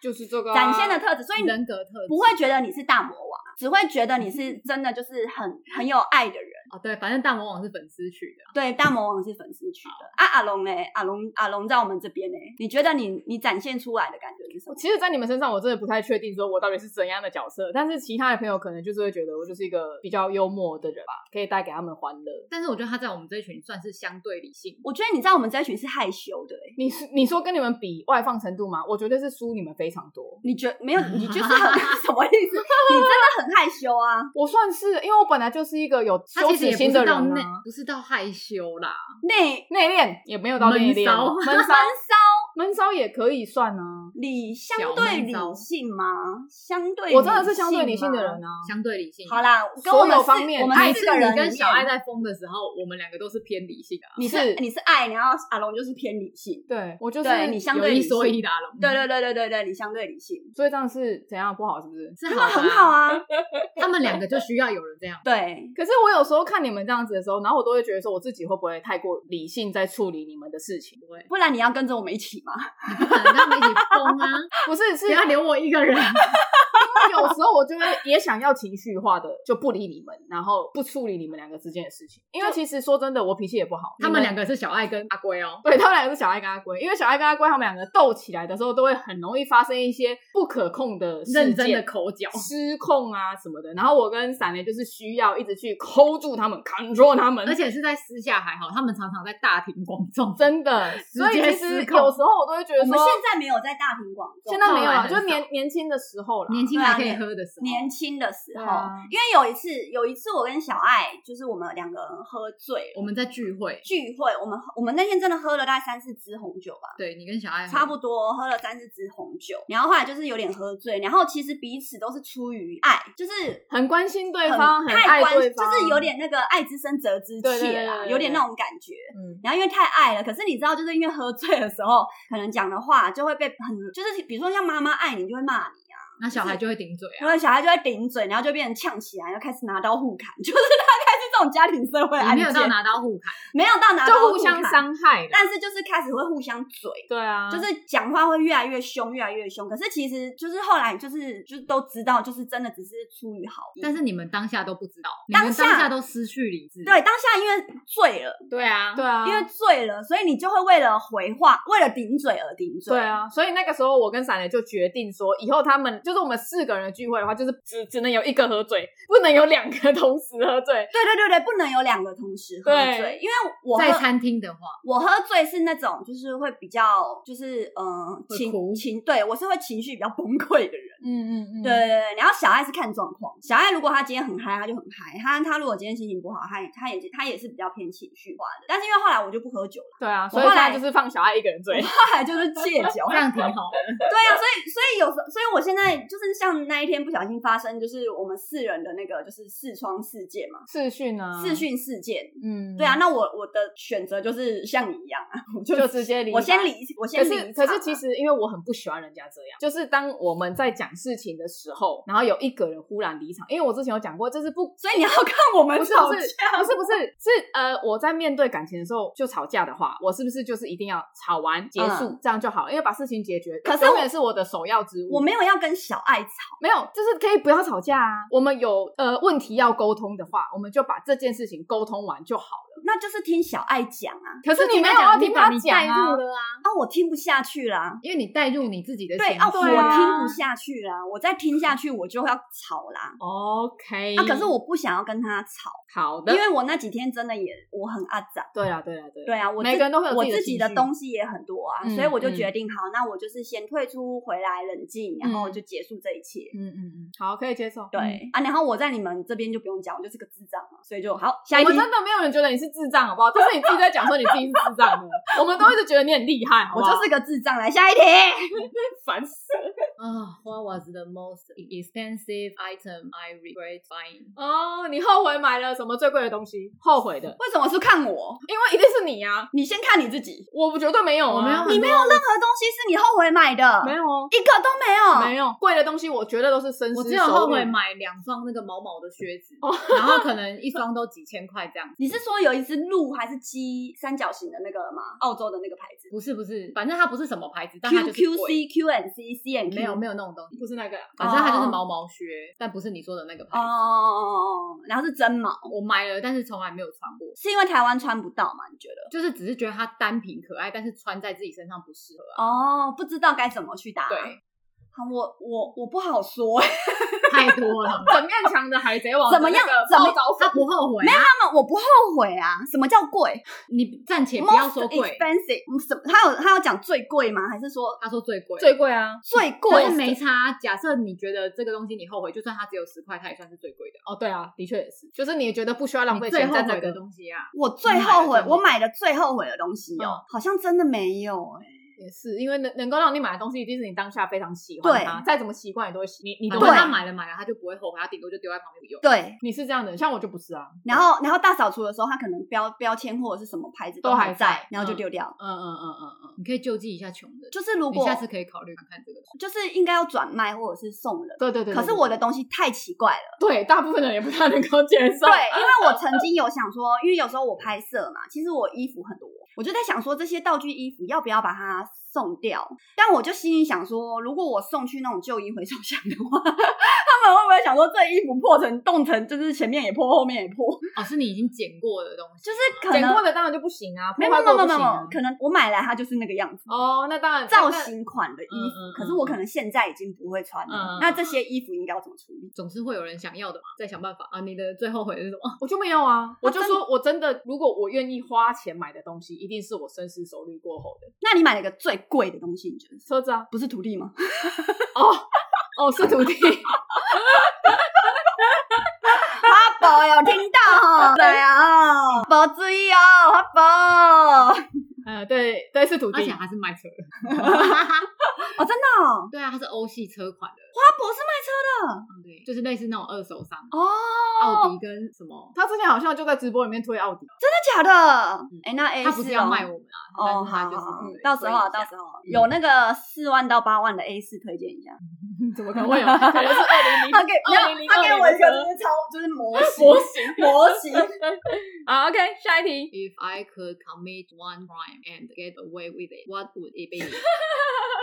Speaker 1: 就是这个啊
Speaker 2: *laughs* 展现的特质，所以你
Speaker 3: 人格特质
Speaker 2: 不会觉得你是大魔王，啊只会觉得你是真的就是很很有爱的人。
Speaker 3: 哦，对，反正大魔王是粉丝取的，啊
Speaker 2: 对，大魔王是粉丝区的啊，阿龙嘞，阿龙阿龙在我们这边嘞，你觉得你你展现出来的感觉是什么？
Speaker 1: 其实，在你们身上，我真的不太确定，说我到底是怎样的角色。但是，其他的朋友可能就是会觉得我就是一个比较幽默的人吧，可以带给他们欢乐。
Speaker 3: 但是我觉得他在我们这一群算是相对理性。
Speaker 2: 我觉得你在我们这群是害羞的、欸，
Speaker 1: 你是你说跟你们比外放程度吗？我觉得是输你们非常多。
Speaker 2: 你觉没有，你就是
Speaker 3: *laughs*
Speaker 2: 很什么意思？你真的很害羞啊？
Speaker 1: 我算是，因为我本来就是一个有
Speaker 3: 他
Speaker 1: 羞
Speaker 3: 其实
Speaker 1: 耻
Speaker 3: 也不
Speaker 1: 心
Speaker 3: 是
Speaker 1: 的人
Speaker 3: 到
Speaker 1: 啊
Speaker 3: 内，，不是到害羞啦，
Speaker 2: 哦内
Speaker 1: 内敛也没有到内
Speaker 3: 闷
Speaker 1: 敛，
Speaker 3: 骚
Speaker 1: 闷
Speaker 3: *laughs*
Speaker 1: 骚，闷骚也可以算啊。
Speaker 2: 理相
Speaker 3: 小
Speaker 2: 对
Speaker 3: 闷
Speaker 2: 理
Speaker 3: 骚
Speaker 2: 性吗？相对
Speaker 1: 我真的是相对理性的
Speaker 2: 吗
Speaker 1: 人。啊。
Speaker 3: 相对理性。
Speaker 2: 好，啦，跟
Speaker 1: 所
Speaker 2: 我们
Speaker 1: 有
Speaker 2: 四
Speaker 1: 方面
Speaker 2: 我们
Speaker 1: 爱
Speaker 3: 每
Speaker 2: 四
Speaker 3: 次
Speaker 2: 个人
Speaker 3: 你跟
Speaker 2: 里
Speaker 3: 小爱
Speaker 2: 面
Speaker 3: 在疯的时候，我们两个都是偏理性的啊，
Speaker 2: 你是
Speaker 1: 是
Speaker 2: 你是爱，然后阿龙就是偏理性。
Speaker 1: 对我就是
Speaker 2: 对你相
Speaker 3: 有
Speaker 2: 对理
Speaker 3: 一
Speaker 2: 性
Speaker 3: 说一的阿龙。
Speaker 2: 对对对对对对，你相对理性，
Speaker 1: 所以这样是怎样不好，是不是？
Speaker 2: 这
Speaker 3: 是好
Speaker 2: 个
Speaker 3: 的啊
Speaker 2: 很好啊。
Speaker 3: 他们两个就需要有人这样。
Speaker 2: 对，
Speaker 1: 可是我有时候看你们这样子的时候，然后我都会觉得说，我自己会不会太过理性在处理你们的事情？
Speaker 3: 不会，
Speaker 2: 不然你要跟着我们一起吗？
Speaker 3: 你不可能跟他们一起疯啊！
Speaker 1: *laughs* 不是，是 *laughs*
Speaker 3: 不要留我一个人，
Speaker 1: 有时候我就会也想要情绪化的，就不理你们，然后不处理你们两个之间的事情。因为其实说真的，我脾气也不好。
Speaker 3: 他们
Speaker 1: 你
Speaker 3: 两个是小爱跟阿龟哦。
Speaker 1: 对他们两个是小爱跟阿龟，因为小爱跟阿龟他们两个斗起来的时候，都会很容易发生一些不可控的事件
Speaker 3: 认真的口角，
Speaker 1: 失控啊什么的。然后我跟闪雷就是需要一直去 hold 住他们，control 他们
Speaker 3: 而，且是在私下还好，他们常常在大庭广众。
Speaker 1: 真的。所以
Speaker 3: 直接
Speaker 1: 其
Speaker 3: 失
Speaker 1: 实有
Speaker 3: 控
Speaker 1: 时候我都会觉得
Speaker 2: 我
Speaker 1: 说
Speaker 2: 们，现在没有在大庭广众，
Speaker 1: 现在没有
Speaker 3: 后来
Speaker 1: 了，
Speaker 3: 很
Speaker 1: 就
Speaker 3: 少
Speaker 1: 年年轻的时候了，
Speaker 3: 年轻
Speaker 2: 对啊
Speaker 3: 还可以
Speaker 2: 年
Speaker 3: 喝的时候，
Speaker 2: 年轻的时
Speaker 1: 对
Speaker 2: 候，
Speaker 1: 啊
Speaker 2: 因为有一次，有一次我跟小爱，就是我们两个人喝醉了
Speaker 3: 我们在聚会，
Speaker 2: 聚会，我们我们那天真的喝了大概三四支红酒吧，
Speaker 3: 对你跟小爱
Speaker 1: 嗯
Speaker 2: 差不多喝了三四支红酒，然后后来就是有点喝醉，然后其实彼此都是出于爱，就是
Speaker 1: 很关心对
Speaker 2: 很
Speaker 1: 方，很
Speaker 2: 太
Speaker 1: 爱
Speaker 2: 关，
Speaker 1: 对方，
Speaker 2: 就是有点那个爱之深责之
Speaker 1: 对对
Speaker 2: 切
Speaker 1: 对对
Speaker 2: 啦，
Speaker 1: 对
Speaker 2: 有点那种感觉。
Speaker 1: 嗯，
Speaker 2: 然后因为太爱了，可是你知道，就是因为喝醉的时候，可能讲的话就会被很，就是比如说像妈妈爱你就会骂你啊，
Speaker 3: 那小孩就会顶嘴啊。
Speaker 2: 然后小孩就会顶嘴，然后就变成呛起来，然后开始拿刀互砍， *laughs* 就是大概是这种家庭社会案
Speaker 3: 你没
Speaker 2: 件，
Speaker 3: 有到拿刀互砍，
Speaker 2: 没有到拿刀
Speaker 1: 就互
Speaker 2: 砍
Speaker 1: 相，伤害啦。
Speaker 2: 但是就是开始会互相嘴。
Speaker 1: 对啊，
Speaker 2: 就是讲话会越来越凶，越来越凶。可是其实就是后来就是就是都知道，就是真的只是出于好意。
Speaker 3: 但是你们当下都不知道，你
Speaker 2: 当
Speaker 3: 们
Speaker 2: 下
Speaker 3: 当下都失去理智。
Speaker 2: 对当下因为醉了，
Speaker 3: 对啊，
Speaker 1: 对啊，
Speaker 2: 因为醉了，所以你就会为了回话，为了顶嘴而顶嘴。
Speaker 1: 对，啊，所以那个时候我跟闪雷就决定说，以后他们就是我们四个人的聚会的话，就是只只能有一个喝醉，不能有两个同时喝醉。
Speaker 2: 对对对对，不能有两个同时喝
Speaker 1: 对
Speaker 2: 醉，因为我
Speaker 3: 在
Speaker 2: 喝
Speaker 3: 餐厅的话，
Speaker 2: 我喝醉是那种就是会比较就是嗯
Speaker 3: 会
Speaker 2: 情
Speaker 3: 哭
Speaker 2: 情，对我是会情绪比较崩溃的人。
Speaker 1: 嗯嗯嗯
Speaker 2: 对对，对，然后小爱是看状况。小爱如果他今天很嗨，他就很嗨；他他如果今天心情不好，他也他也他也是比较偏情绪化的。但是因为后来我就不喝酒了，
Speaker 1: 对啊，
Speaker 2: 我
Speaker 1: 所以
Speaker 2: 后
Speaker 1: 他
Speaker 2: 来
Speaker 1: 就是放小爱一个人 *laughs* 醉。
Speaker 2: 后来就是戒
Speaker 1: *laughs*
Speaker 2: 酒。
Speaker 3: 这样挺好的。
Speaker 2: *laughs* 对啊，所以所以有时候，所以我现在就是像那一天不小心发生，就是我们四人的那个就是视窗事件嘛，
Speaker 1: 视讯啊，
Speaker 2: 视，讯事件。
Speaker 1: 嗯，
Speaker 2: 对啊，，那我我的选择就是像你一样啊，我就
Speaker 1: 就直接离，
Speaker 2: 我先。离，我先
Speaker 1: 可
Speaker 2: 离
Speaker 1: 是，
Speaker 2: 场
Speaker 1: 可
Speaker 2: 啊。
Speaker 1: 是，其实因为我很不喜欢人家这样，就是当我们在讲事情的时候，然后有一个人忽然离场，因为我之前有讲过，就是不
Speaker 2: 所以你要看我们
Speaker 1: 不是
Speaker 2: 吵
Speaker 1: 不
Speaker 2: 架
Speaker 1: 是，不是不是是呃，我在面对感情的时候就吵架的话，我是不是就是一定要吵完结束、这样就好？因为把事情解决，
Speaker 2: 可是
Speaker 1: 永
Speaker 2: 我
Speaker 1: 远是我的首要之务。
Speaker 2: 我没有要跟小爱吵。
Speaker 1: 没有，就是可以不要吵架啊。我们有呃问题要沟通的话，我们就把这件事情沟通完就好了。
Speaker 2: 那就是听小爱讲啊，
Speaker 1: 可是你没有
Speaker 3: 讲
Speaker 1: 要
Speaker 3: 你
Speaker 1: 听
Speaker 3: 把
Speaker 1: 他
Speaker 3: 你带
Speaker 1: 讲
Speaker 3: 入
Speaker 1: 啊，
Speaker 3: 了啊，
Speaker 2: 啊，我听不下去啦、
Speaker 3: 因为你带入你自己的
Speaker 2: 对
Speaker 3: 情
Speaker 2: 啊，
Speaker 3: 绪
Speaker 2: 我
Speaker 1: 对啊
Speaker 2: 听不下去啦，我再听下去我就要吵啦。
Speaker 1: 哦 OK，、
Speaker 2: 啊，可是我不想要跟他吵，
Speaker 1: 好的
Speaker 2: 因，为我那几天真的也我很阿杂。
Speaker 1: 对啊，对啊，对啊，
Speaker 2: 对啊，我
Speaker 1: 每
Speaker 2: 自
Speaker 1: 个人都会有
Speaker 2: 我
Speaker 1: 自己的
Speaker 2: 自己
Speaker 1: 情
Speaker 2: 的
Speaker 1: 绪
Speaker 2: 东西也很多啊，
Speaker 1: 嗯
Speaker 2: 所以我就
Speaker 1: 嗯
Speaker 2: 决定，好，那我就是先退出，回来冷静，然后
Speaker 1: 嗯
Speaker 2: 就结束这一切。
Speaker 1: 嗯嗯嗯，好，可以接受。
Speaker 2: 对、
Speaker 1: 嗯
Speaker 2: 啊，然后我在你们这边就不用讲，我就是个智障嘛，所以就好。下
Speaker 1: 我
Speaker 2: 一题
Speaker 1: 们，真的没有人觉得你是智障，好不好？这是你自己在讲说你自己是智障的，我们都一直觉得你很厉害，好
Speaker 2: 我
Speaker 1: 不好？
Speaker 2: 就是个智障。来下一题， *laughs*
Speaker 1: 烦死了
Speaker 3: 啊，What was the most expensive item I regret buying？
Speaker 1: 哦！你后悔买了什么最贵的东西？后悔的，
Speaker 2: 为什么是看我？
Speaker 1: 因为一定是你啊！
Speaker 2: 你先看你自己，
Speaker 1: 我不绝对没有
Speaker 3: 我没有
Speaker 1: 啊，
Speaker 3: 很
Speaker 2: 你没有任何东西是你后悔买的，
Speaker 1: 没有哦，
Speaker 2: 一个都没有，
Speaker 1: 没有贵的东西，我觉得都是深
Speaker 3: 我
Speaker 1: 思
Speaker 3: 只有后
Speaker 1: 熟
Speaker 3: 悔
Speaker 1: 虑。
Speaker 3: 买两双那个毛毛的靴子
Speaker 1: 哦，
Speaker 3: 然后可能一双都几千块这样。
Speaker 2: 你是说有一只鹿还是鸡三角形的那个吗？澳洲的那个牌子
Speaker 3: 不是不是，反正它不是什么牌子，但它就
Speaker 2: Q
Speaker 3: 是
Speaker 2: Q
Speaker 3: 贵
Speaker 2: C Q N C C N
Speaker 3: 没有没
Speaker 2: 有
Speaker 3: 有那种东西，
Speaker 1: 不是那个啊，
Speaker 3: 反正它
Speaker 2: 哦
Speaker 3: 就是毛毛靴，但不是你说的那个牌
Speaker 2: 哦哦
Speaker 3: 子。
Speaker 2: 哦哦，然后是真毛，
Speaker 3: 我买了，但是从来没有穿过，
Speaker 2: 是因为台湾穿不到嘛？你觉得？
Speaker 3: 就是只是觉得它单品可爱，但是穿在自己身上不适合啊。
Speaker 2: 哦，不知道该怎么去答。
Speaker 3: 对，
Speaker 2: 好，我我我不好说，
Speaker 3: 太
Speaker 2: *laughs*
Speaker 3: 多了，
Speaker 1: 整面墙的海贼王
Speaker 2: 怎么样
Speaker 1: 的那个
Speaker 2: 怎么
Speaker 1: 暴躁
Speaker 3: 他不后悔啊。
Speaker 2: 那么我不后悔啊。什么叫贵？
Speaker 3: 你暂且不要
Speaker 2: Most
Speaker 3: 说贵，
Speaker 2: expensive，嗯什么？他有他有讲最贵吗？还是说
Speaker 3: 他说最贵，
Speaker 1: 最贵啊！
Speaker 2: 最
Speaker 3: 可
Speaker 2: 贵
Speaker 3: 是没差。啊假设你觉得这个东西你后悔，就算它只有十块，它也算是最贵的。
Speaker 1: 哦，对啊，的确也是，就是你觉得不需要浪
Speaker 3: 你
Speaker 1: 费
Speaker 3: 最
Speaker 1: 钱
Speaker 3: 后
Speaker 1: 在这
Speaker 3: 悔的
Speaker 1: 个，
Speaker 3: 东西啊，
Speaker 2: 我最后悔
Speaker 3: 你买了真，的
Speaker 2: 我买的最后悔的东西哦，好像真的没有哎、
Speaker 1: 也是因为能能够让你买的东西，一定是你当下非常喜欢它，
Speaker 2: 对
Speaker 1: 再怎么习惯你都会喜，你你
Speaker 3: 你
Speaker 1: 都
Speaker 3: 等
Speaker 1: 会
Speaker 2: 对
Speaker 3: 他
Speaker 1: 买。
Speaker 3: 买了买了，他就不会后悔，他顶多就丢在旁边不用。
Speaker 2: 对，
Speaker 1: 你是这样的人，像我就不是啊。
Speaker 2: 然后然后大扫除的时候，它可能标标签或者是什么牌子
Speaker 1: 都
Speaker 2: 还
Speaker 1: 还在
Speaker 2: 然后就丢掉。
Speaker 1: 嗯嗯嗯嗯嗯，
Speaker 3: 你可以救济一下穷人，
Speaker 2: 就是如
Speaker 3: 你
Speaker 2: 果
Speaker 3: 下次可以考虑看看这个东西。
Speaker 2: 就是应该要转卖或者是送人。
Speaker 1: 对对对。
Speaker 2: 可是
Speaker 1: 对
Speaker 2: 我的东西太奇怪了，
Speaker 1: 对，大部分人也不太能够接受。
Speaker 3: *laughs*
Speaker 2: 对，因为我曾经有想说，因为有时候我拍摄嘛，其实我衣服很多，我就在想说，这些道具衣服要不要把它送掉？但我就心里想说，如果我送去那种旧衣回收箱的话， *laughs* 他们会不会想说这衣服破成冻成，就是前面也破，后面也破？ *laughs*
Speaker 3: 哦，是你已经剪过的东西，
Speaker 2: 就是可
Speaker 1: 剪
Speaker 2: 能
Speaker 1: 过的当然就不行啊，
Speaker 2: 没有
Speaker 1: 破
Speaker 2: 没
Speaker 1: 坏
Speaker 2: 有
Speaker 1: 过
Speaker 2: 没有
Speaker 1: 不
Speaker 2: 没
Speaker 1: 行
Speaker 2: 有没
Speaker 1: 啊
Speaker 2: 有，。可能我买来它就是那个样子。
Speaker 1: 哦，那当然
Speaker 2: 造。
Speaker 1: 那
Speaker 2: 型款的衣服，
Speaker 3: 嗯嗯嗯
Speaker 2: 可是我可能现在已经不会穿了。
Speaker 3: 嗯嗯嗯
Speaker 2: 那这些衣服应该要怎么处理？
Speaker 3: 总是会有人想要的嘛，再想办法啊。你的最后悔是什么？
Speaker 1: 我就没有啊，我就
Speaker 2: 真
Speaker 1: 说我真的，如果我愿意花钱买的东西，一定是我深思熟虑过后的
Speaker 2: 那你买了一个最贵的东西，你觉得是
Speaker 1: 车子啊。
Speaker 2: 不是土地吗？
Speaker 1: 哦，是土地，
Speaker 2: 阿宝有听到哈？对啊，宝注意哦，阿宝。
Speaker 1: *laughs* 呃，对对，是土
Speaker 3: 而且
Speaker 1: 地。
Speaker 3: 还是卖车的， *laughs*
Speaker 2: 哦，真的哦，
Speaker 3: 对啊，它是欧系车款的，
Speaker 2: 阿宝是卖车的
Speaker 3: 嗯对，就是类似那种二手商，
Speaker 2: 哦，
Speaker 3: 奥迪跟什么，
Speaker 1: 他之前好像就在直播里面推奥迪，
Speaker 2: 真的假的？哎，那 A
Speaker 3: 他不
Speaker 2: 四
Speaker 3: 是要卖我们啊，
Speaker 2: 哦，好
Speaker 3: 但
Speaker 2: 好
Speaker 3: 是他就是
Speaker 2: 好，嗯
Speaker 3: 对
Speaker 2: 到时候啊到时候啊有那个四万到八万的 A 四推荐一下。
Speaker 1: 怎么可 *laughs* 能会有？可能是二零零 *laughs*
Speaker 2: 他给没有他给我一个就是超就是模型模型模型，
Speaker 1: 啊。OK，下一题，
Speaker 3: If I could commit one crime and get away with it, what would it be？
Speaker 2: *laughs*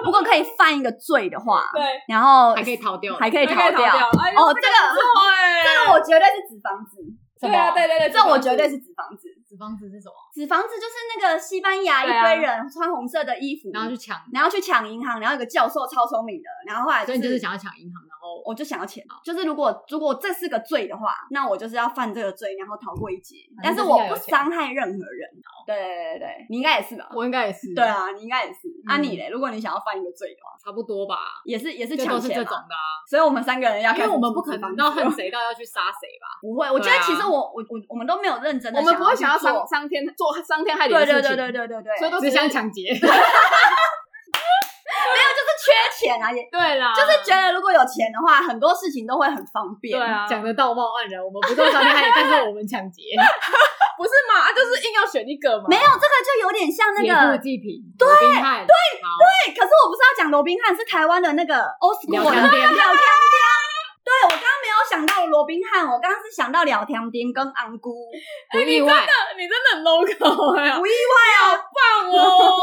Speaker 2: 如果可以犯一个罪的话，
Speaker 1: 对，
Speaker 2: 然后
Speaker 3: 还可以逃掉，
Speaker 2: 还可以逃
Speaker 1: 还可以逃掉哎呦
Speaker 2: 哦，这个
Speaker 1: 对，
Speaker 2: 这个我绝对是纸房子，
Speaker 3: 什么
Speaker 1: 对啊，对对对，
Speaker 2: 这我绝对是纸房子。
Speaker 3: 纸房子是什么？
Speaker 2: 纸房子就是那个西班牙一
Speaker 1: 对啊
Speaker 2: 堆人穿红色的衣服，
Speaker 3: 然后去抢，
Speaker 2: 然后去抢银行，然后有个教授超聪明的，然后后来
Speaker 3: 所以你就是想要抢银行，然后
Speaker 2: 我就想要钱，就是如果如果这是个罪的话，那我就是要犯这个罪，然后逃过一劫，
Speaker 3: 反
Speaker 2: 但
Speaker 3: 正
Speaker 2: 是
Speaker 3: 就是
Speaker 2: 我
Speaker 3: 要有
Speaker 2: 不
Speaker 3: 钱
Speaker 2: 伤害任何人。对对对对，你应该也是吧？
Speaker 1: 我应该也是。
Speaker 2: 对，啊，你应该也是。啊，
Speaker 3: 嗯
Speaker 2: 你嘞？如果你想要犯一个罪的话，
Speaker 3: 差不多吧，
Speaker 2: 也是也是
Speaker 3: 这
Speaker 2: 抢
Speaker 3: 都是
Speaker 2: 钱
Speaker 3: 这
Speaker 2: 嘛
Speaker 3: 种的啊，
Speaker 2: 所以我们三个人要
Speaker 3: 因
Speaker 2: 开
Speaker 3: 为
Speaker 2: 始
Speaker 3: 我们
Speaker 2: 租
Speaker 3: 不可
Speaker 2: 纸房子
Speaker 3: 能到恨谁到要去杀谁吧？
Speaker 2: 不会。我觉
Speaker 3: 对
Speaker 2: 得
Speaker 3: 啊
Speaker 2: 其实我我我我们都没有认真地
Speaker 1: 我
Speaker 2: 去做，
Speaker 1: 们不会想要伤伤天做伤天害理
Speaker 2: 对
Speaker 1: 的
Speaker 2: 对
Speaker 1: 事情，
Speaker 2: 对对对对对，
Speaker 1: 所以都
Speaker 3: 只
Speaker 1: 只
Speaker 3: 想
Speaker 1: 想
Speaker 3: 抢劫，
Speaker 2: 就是缺钱啊，也
Speaker 1: 对啦，
Speaker 2: 就是觉得如果有钱的话，很多事情都会很方便。
Speaker 1: 对啊，
Speaker 3: 讲的道貌岸然，我们不做伤天害理，但是我们抢
Speaker 2: *laughs*
Speaker 3: 劫，
Speaker 1: 不是嘛，啊就是硬要选一个嘛，
Speaker 2: 没有这个就有点像那
Speaker 3: 劫
Speaker 2: 个哎
Speaker 3: 富，济贫，对对对，
Speaker 2: 对，可是我不是要讲罗宾汉，是台湾的那个 o s c o
Speaker 3: 聊
Speaker 2: *laughs*
Speaker 3: 天
Speaker 2: 的
Speaker 3: 边
Speaker 2: 聊天边。对，我刚刚没有想到罗宾汉，我刚刚是想到聊天边跟安姑，
Speaker 3: 不意外，
Speaker 1: 你真的很 local 哎、
Speaker 2: 无意外啊，
Speaker 1: 棒哦！
Speaker 2: *laughs*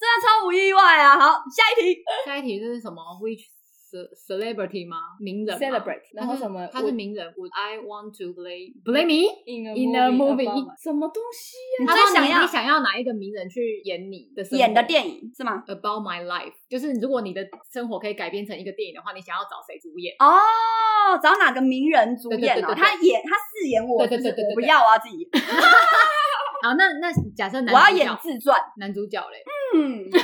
Speaker 2: 真的超无意外啊！好，下一题，
Speaker 3: *laughs* 下一题是什么？Which ce- celebrity 吗？名人吗
Speaker 1: Celebrate，
Speaker 3: 他是
Speaker 1: 然后什么
Speaker 3: 他是名人。Would I want to play play me
Speaker 1: In
Speaker 3: in a movie？
Speaker 1: 什么东西呀、
Speaker 2: 你
Speaker 3: 他
Speaker 2: 最
Speaker 3: 说
Speaker 2: 想
Speaker 3: 你
Speaker 2: 要
Speaker 3: 你想要哪一个名人去演你的生活
Speaker 2: 演的电影是吗？
Speaker 3: About My Life？就是如果你的生活可以改编成一个电影的话，你想要找谁主演？
Speaker 2: 哦，找哪个名人主演哦？
Speaker 3: 对对对对对
Speaker 2: 他演他饰演我，
Speaker 3: 对对对对对对
Speaker 2: 我不要，我要自己演，
Speaker 3: 好，那那假设男
Speaker 2: 我要
Speaker 3: 主
Speaker 2: 演
Speaker 3: 角，
Speaker 2: 自传。
Speaker 3: 男主角嘞，
Speaker 2: 嗯，
Speaker 1: 这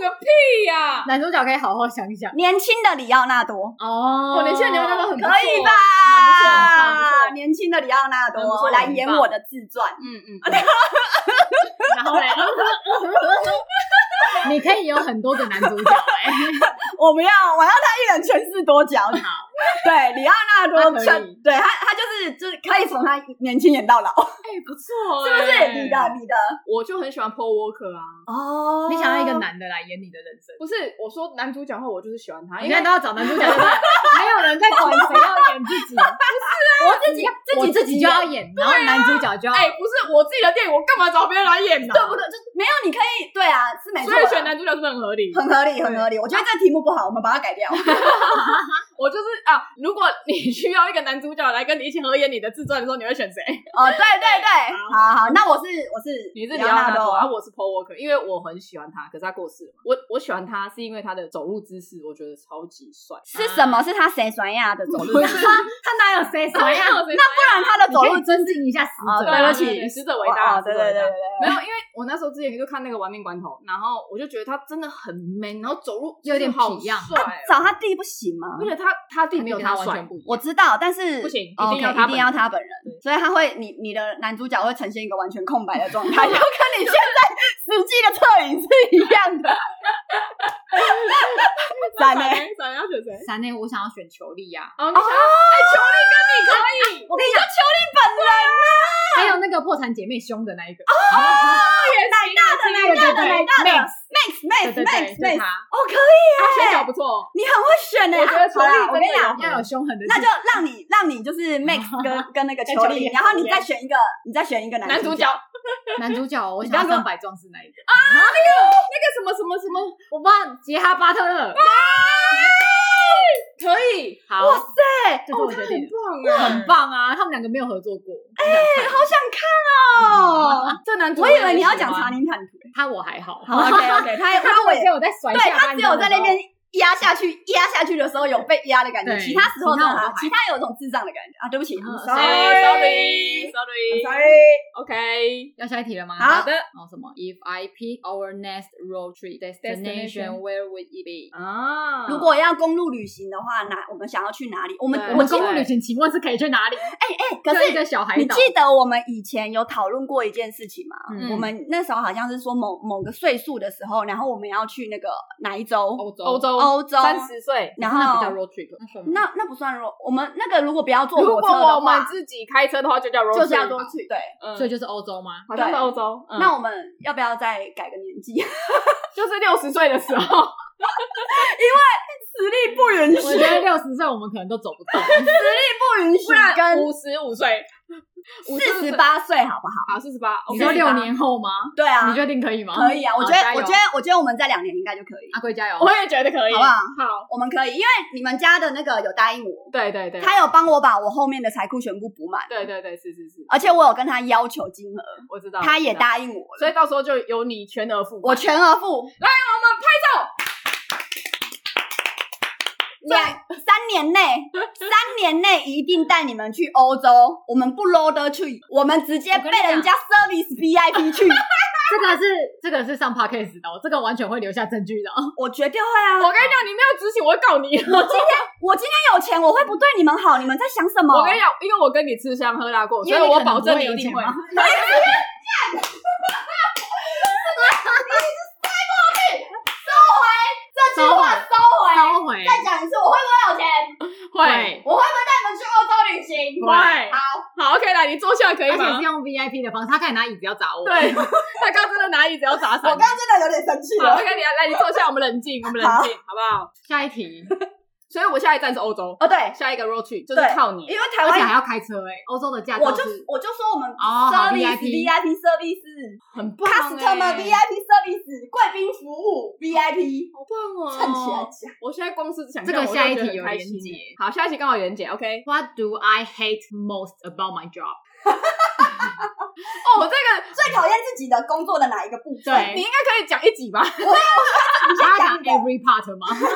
Speaker 1: 个屁呀、
Speaker 3: 男主角可以好好想想
Speaker 2: 年轻的里奥纳多
Speaker 3: 哦
Speaker 1: 我连现在聊到很不
Speaker 2: 可
Speaker 1: 错
Speaker 2: 以吧
Speaker 1: 很不错很不？错
Speaker 2: 年轻的里奥纳
Speaker 1: 很不
Speaker 2: 多
Speaker 1: 错
Speaker 2: 来
Speaker 1: 很
Speaker 2: 演
Speaker 1: 棒
Speaker 2: 我的自传。
Speaker 1: 嗯嗯，
Speaker 3: 然后嘞， *laughs* 你可以有很多个男主角哎、
Speaker 2: 我不要，我要他一人全是多角。 *laughs* 对，里奥纳
Speaker 3: 他
Speaker 2: 多
Speaker 3: 可以
Speaker 2: 全，对他，他就是就是可以从他年轻演到老，
Speaker 1: 哎、不错、哎
Speaker 2: 是不是？你的，你的
Speaker 1: 我就很喜欢 Paul Walker 啊。
Speaker 2: 哦
Speaker 3: 你想要一个男的来演你的人生。
Speaker 1: 不是我说男主角的话，我就是喜欢他，啊因
Speaker 3: 你现
Speaker 1: 为
Speaker 3: 在都要找男主角，对不对？没有人在管谁要演自己，
Speaker 2: 我自己自
Speaker 3: 我
Speaker 2: 己
Speaker 3: 自己就要演，然后男主角就要
Speaker 1: 哎、不是我自己的电影，我干嘛找别人来演呢、
Speaker 2: 对不对？就没有，你可以对啊，是没错
Speaker 1: 所以选
Speaker 2: 啦，
Speaker 1: 男主角是不是很合理？
Speaker 2: 很合理，很合理。我觉得这个题目不好，我们把它改掉。
Speaker 1: 我就是啊，如果你需要一个男主角来跟你一起合演你的自传的时候，你会选谁？ *laughs*
Speaker 2: 哦，对对对，好好，那我是我是
Speaker 1: 你是
Speaker 2: 里
Speaker 1: 里
Speaker 2: 奥
Speaker 1: 奥纳多，然后
Speaker 2: 多，
Speaker 1: 啊我是 Paul Walker，因为我很喜欢他，可是他过世了嘛。我我喜欢他是因为他的走路姿势，我觉得超级帅。啊
Speaker 2: 是什么？是他谁甩呀的
Speaker 3: *laughs*
Speaker 2: 走路？
Speaker 3: 不是他他哪有
Speaker 1: 哎
Speaker 3: 谁
Speaker 1: *laughs*
Speaker 3: 谁
Speaker 1: 呀
Speaker 3: 呀？
Speaker 1: 那
Speaker 2: 不然他的
Speaker 3: 你
Speaker 2: 走
Speaker 3: 可
Speaker 2: 路
Speaker 3: 以尊敬一下
Speaker 1: 哦
Speaker 3: 死
Speaker 2: 啊
Speaker 3: 者
Speaker 2: 对
Speaker 3: 啊
Speaker 2: 不。起
Speaker 1: 使者为大，
Speaker 2: 哦对
Speaker 1: 死者
Speaker 2: 对
Speaker 1: 为
Speaker 2: 对
Speaker 1: 大
Speaker 2: 对。对，
Speaker 1: 没有，因为我那时候之前就看那个《亡命关头》，然后我就觉得他真的很 man，然后走路
Speaker 3: 有点
Speaker 1: 好
Speaker 3: 痞样
Speaker 1: 帅哦。
Speaker 2: 找他弟不行吗？
Speaker 1: 而且他他弟没有
Speaker 3: 他完
Speaker 1: 帅
Speaker 3: 全，不一
Speaker 2: 我
Speaker 3: 样。
Speaker 2: 知道，但是
Speaker 1: 不行一定
Speaker 2: OK，
Speaker 1: 要他
Speaker 2: 一定要他本人，
Speaker 1: 对
Speaker 2: 所以他会，你你的男主角会呈现一个完全空白的状
Speaker 1: *laughs*
Speaker 2: 态，就跟你现在实际的侧影是一
Speaker 1: *laughs*
Speaker 2: 样的。
Speaker 1: 闪
Speaker 2: 赞呢？
Speaker 1: 雷闪雷要选谁？
Speaker 3: 三内，我想要选裘啊力呀，
Speaker 1: 哦，你想要哎，球力跟你可以，
Speaker 2: 我跟你讲，邱丽本人啊，
Speaker 3: 还有那个破产姐妹胸的那一个， *laughs*
Speaker 2: 奶大的奶大的奶大的 Max
Speaker 3: 对
Speaker 2: Max
Speaker 3: 对对，
Speaker 2: Max
Speaker 3: 对
Speaker 2: Max，
Speaker 3: 他啊
Speaker 2: 哦，可以
Speaker 1: 选
Speaker 2: 耶
Speaker 1: 角，不错。哦
Speaker 2: 你很会选呢。
Speaker 1: 我觉得邱
Speaker 2: 好
Speaker 1: 丽
Speaker 2: 啦，我跟你
Speaker 1: 真的有
Speaker 2: 讲，
Speaker 3: 要有凶狠的气
Speaker 2: 那
Speaker 3: 质，
Speaker 2: 就让你让你就是 Max 跟跟那个
Speaker 1: *laughs*
Speaker 3: 跟
Speaker 2: 邱
Speaker 3: 邱
Speaker 2: 丽，
Speaker 3: 丽
Speaker 2: 然后你
Speaker 3: 对
Speaker 2: 再选一个，你再选一个
Speaker 1: 男主
Speaker 2: 角
Speaker 1: 角，
Speaker 3: 男主角，我
Speaker 2: 你
Speaker 3: 想
Speaker 2: 不
Speaker 3: 要
Speaker 2: 要
Speaker 3: 三百壮士那一个，
Speaker 1: 那个什么什么什么
Speaker 3: 我帮杰哈巴特勒。
Speaker 1: 可以，
Speaker 3: 好，
Speaker 2: 哇塞，
Speaker 3: 这是
Speaker 1: 哦
Speaker 3: 我决定的，
Speaker 1: 棒啊！
Speaker 3: 很棒啊！他们两个没有合作过，哎，
Speaker 2: 好想看哦！
Speaker 1: 这男主
Speaker 2: 我以为你要
Speaker 1: *laughs*
Speaker 2: 讲
Speaker 1: 我也喜
Speaker 2: 查
Speaker 1: 欢
Speaker 2: 宁坦途。
Speaker 3: 他我还好，啊
Speaker 2: *laughs* 好，OK OK，他
Speaker 3: 他
Speaker 2: 他
Speaker 3: 如果
Speaker 2: 我也
Speaker 3: 被我在甩
Speaker 2: 对
Speaker 3: 下
Speaker 2: 他
Speaker 3: 巴，
Speaker 2: 只有在那边压下去，压下去的时候有被压的感觉，
Speaker 3: 对
Speaker 2: 其他时候
Speaker 3: 其他我
Speaker 2: 呢
Speaker 3: 都还好
Speaker 2: 其他有一种智障的感觉啊！对不起
Speaker 3: 嗯
Speaker 2: ，I'm
Speaker 1: 哎
Speaker 2: sorry，I'm
Speaker 1: ，sorry，sorry，OK，
Speaker 2: sorry，
Speaker 3: 要下一题了吗？
Speaker 2: 好
Speaker 1: 好的，
Speaker 3: 哦，什么？If I pick our next road trip destination,
Speaker 1: Destination
Speaker 3: where would it be？
Speaker 1: 啊，
Speaker 2: 如果要公路旅行的话，哪我们想要去哪里？我们
Speaker 1: 对
Speaker 3: 我
Speaker 2: 我
Speaker 3: 们
Speaker 2: 们
Speaker 3: 公
Speaker 2: 公
Speaker 3: 路
Speaker 1: 对
Speaker 3: 旅行，请问是可以去哪里？
Speaker 2: 哎，呃可
Speaker 3: 就一
Speaker 2: 是
Speaker 3: 个小海
Speaker 2: 你
Speaker 3: 岛，
Speaker 2: 记得我们以前有讨论过一件事情吗？
Speaker 3: 嗯
Speaker 2: 我们那时候好像是说某某个岁数的时候，然后我们要去那个哪一州？
Speaker 3: 欧洲，
Speaker 1: 欧洲
Speaker 2: 欧洲
Speaker 1: 三十岁，
Speaker 2: 然
Speaker 3: 哦那不叫
Speaker 2: 后
Speaker 3: road trip，那算吗
Speaker 2: 那那不算弱，我们那个如果不要坐
Speaker 1: 如
Speaker 2: 火
Speaker 1: 果
Speaker 2: 车的
Speaker 1: 我们
Speaker 2: 话，
Speaker 1: 自己开车的话，就叫 road
Speaker 2: 就是要
Speaker 1: trip
Speaker 2: 多
Speaker 1: 吧
Speaker 2: 去对。
Speaker 1: 嗯，
Speaker 3: 所以就是欧洲吗？
Speaker 1: 好像是
Speaker 2: 对
Speaker 1: 欧洲，嗯
Speaker 2: 那我们要不要再改个年纪？
Speaker 1: 就是六十岁的时候，
Speaker 2: 实力不允
Speaker 3: 我觉得六十岁我们可能都走不
Speaker 2: *laughs*
Speaker 3: 动，
Speaker 2: 不允许
Speaker 1: 不然
Speaker 2: 跟
Speaker 1: 五十五岁，
Speaker 2: 四十八岁好不好？
Speaker 1: 好四十八，
Speaker 3: 你
Speaker 1: OK
Speaker 3: 说六年后吗？
Speaker 2: 对啊
Speaker 3: 你，确定可以吗？
Speaker 2: 可以啊，我觉得
Speaker 3: 好加，油
Speaker 2: 我觉得，我觉得我们在两年应该就可以，
Speaker 3: 阿贵加油！
Speaker 1: 我也觉得可以，
Speaker 2: 好不好？
Speaker 1: 好，
Speaker 2: 我们可以，因为你们家的那个有答应我，
Speaker 1: 对对对，
Speaker 2: 他有帮我把我后面的财库全部补满，
Speaker 1: 对对对，是是是，
Speaker 2: 而且我有跟他要求金额，
Speaker 1: 我
Speaker 3: 哦
Speaker 1: 知道，
Speaker 2: 他也
Speaker 1: 我知道，
Speaker 2: 答应我
Speaker 1: 所
Speaker 2: 了，
Speaker 1: 以到时候就由你全额付款，
Speaker 2: 我全额付。来，我们拍手。两三年内，三年内一定带你们去欧洲，我们不 low 的去，我们直接
Speaker 3: 我跟你
Speaker 2: 被人家 service VIP
Speaker 3: *laughs*
Speaker 2: 去，
Speaker 3: 这个是这个是上 podcast 的哦，这个完全会留下证据的哦。
Speaker 2: 我绝对会啊！
Speaker 1: 我跟你讲，你没有执行，我会告你。
Speaker 2: 我今天有钱，我会不对你们好，你们在想什么？
Speaker 1: 我跟你讲，因为我跟你吃香喝辣过，
Speaker 3: 因
Speaker 1: 所以
Speaker 3: 为你
Speaker 1: 我
Speaker 3: 可能
Speaker 1: 保证
Speaker 3: 不
Speaker 1: 你
Speaker 3: 会有
Speaker 1: 一定
Speaker 3: 钱
Speaker 1: 会。
Speaker 3: 嘛
Speaker 2: 这句话收回，
Speaker 3: 收回，
Speaker 2: 再讲一次，我会不会有钱？
Speaker 1: *laughs* 会
Speaker 2: 我会不会带你们去欧洲旅行？
Speaker 1: 会
Speaker 2: 好，
Speaker 1: 好，OK 啦，你坐下可以
Speaker 3: 而且
Speaker 1: 吗
Speaker 3: 是？用 VIP 的方式，他可以拿椅子要砸我。
Speaker 1: 对， *laughs* 他刚真的拿椅子要砸
Speaker 2: 我
Speaker 1: 散
Speaker 2: 刚。刚真的有点生气
Speaker 1: 好
Speaker 2: 了。
Speaker 1: ，OK，你来，来你坐下，我们冷静，我们冷静，好不好？
Speaker 3: 下一 *laughs* 题，
Speaker 1: 所以我下一站是欧洲，
Speaker 2: 哦，对，
Speaker 1: 下一个 road trip 就是
Speaker 2: 对
Speaker 1: 靠你。
Speaker 2: 因为台
Speaker 3: 而且还
Speaker 2: 湾，
Speaker 3: 要开车哎，欧洲的驾
Speaker 2: 我
Speaker 3: 照
Speaker 2: 就是我就说我们
Speaker 3: 哦好
Speaker 2: service
Speaker 3: VIP
Speaker 2: VIP service
Speaker 1: 很棒欸
Speaker 2: customer VIP service 贵宾服务 VIP，
Speaker 1: 好棒哦！
Speaker 2: 串起来讲。
Speaker 1: 我现在光是想
Speaker 3: 这个
Speaker 1: 象我就
Speaker 3: 下一
Speaker 1: 觉得
Speaker 3: 题
Speaker 1: 很
Speaker 3: 有
Speaker 1: 开
Speaker 3: 连
Speaker 1: 心
Speaker 3: 结
Speaker 1: 欸好，下一题刚好有连结，OK。
Speaker 3: What do I hate most about my job？
Speaker 1: 哦，这个
Speaker 2: 最讨厌自己的工作的哪一个部分？
Speaker 3: 对
Speaker 1: 你应该可以讲一集吧？
Speaker 3: *laughs* 你要讲
Speaker 2: 你
Speaker 3: every part 吗？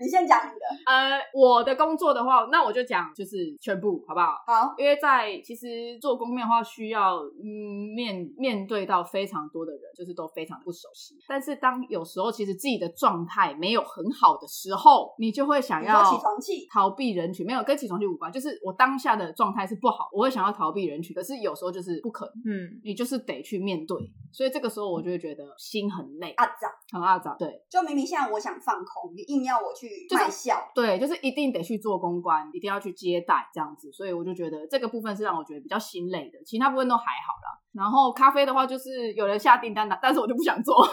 Speaker 2: 你先讲你的。
Speaker 1: 呃，我的工作的话，那我就讲就是全部，好不好？
Speaker 2: 好，
Speaker 1: 因为在其实做公面的话，需要嗯面面对到非常多的人，就是都非常不熟悉。但是当有时候其实自己的状态没有很好的时候，你就会想
Speaker 2: 你说
Speaker 1: 要
Speaker 2: 起床气，
Speaker 1: 逃避人群，没有跟起床气无关，就是我当下的状态是不好，我会想要逃避人群，可是有时候就是不可能，
Speaker 3: *laughs* 嗯，
Speaker 1: 你就是得去面对。所以这个时候我就会觉得心很累，
Speaker 2: 啊，这样
Speaker 1: 很阿杂。对
Speaker 2: 就明明现在我想放空，你硬要我去
Speaker 1: 就是
Speaker 2: 卖笑。啊
Speaker 1: 对，就是一定得去做公关，一定要去接待这样子。所以我就觉得这个部分是让我觉得比较心累的，其他部分都还好啦。然后咖啡的话，就是有人下订单了，但是我就不想做。 *laughs*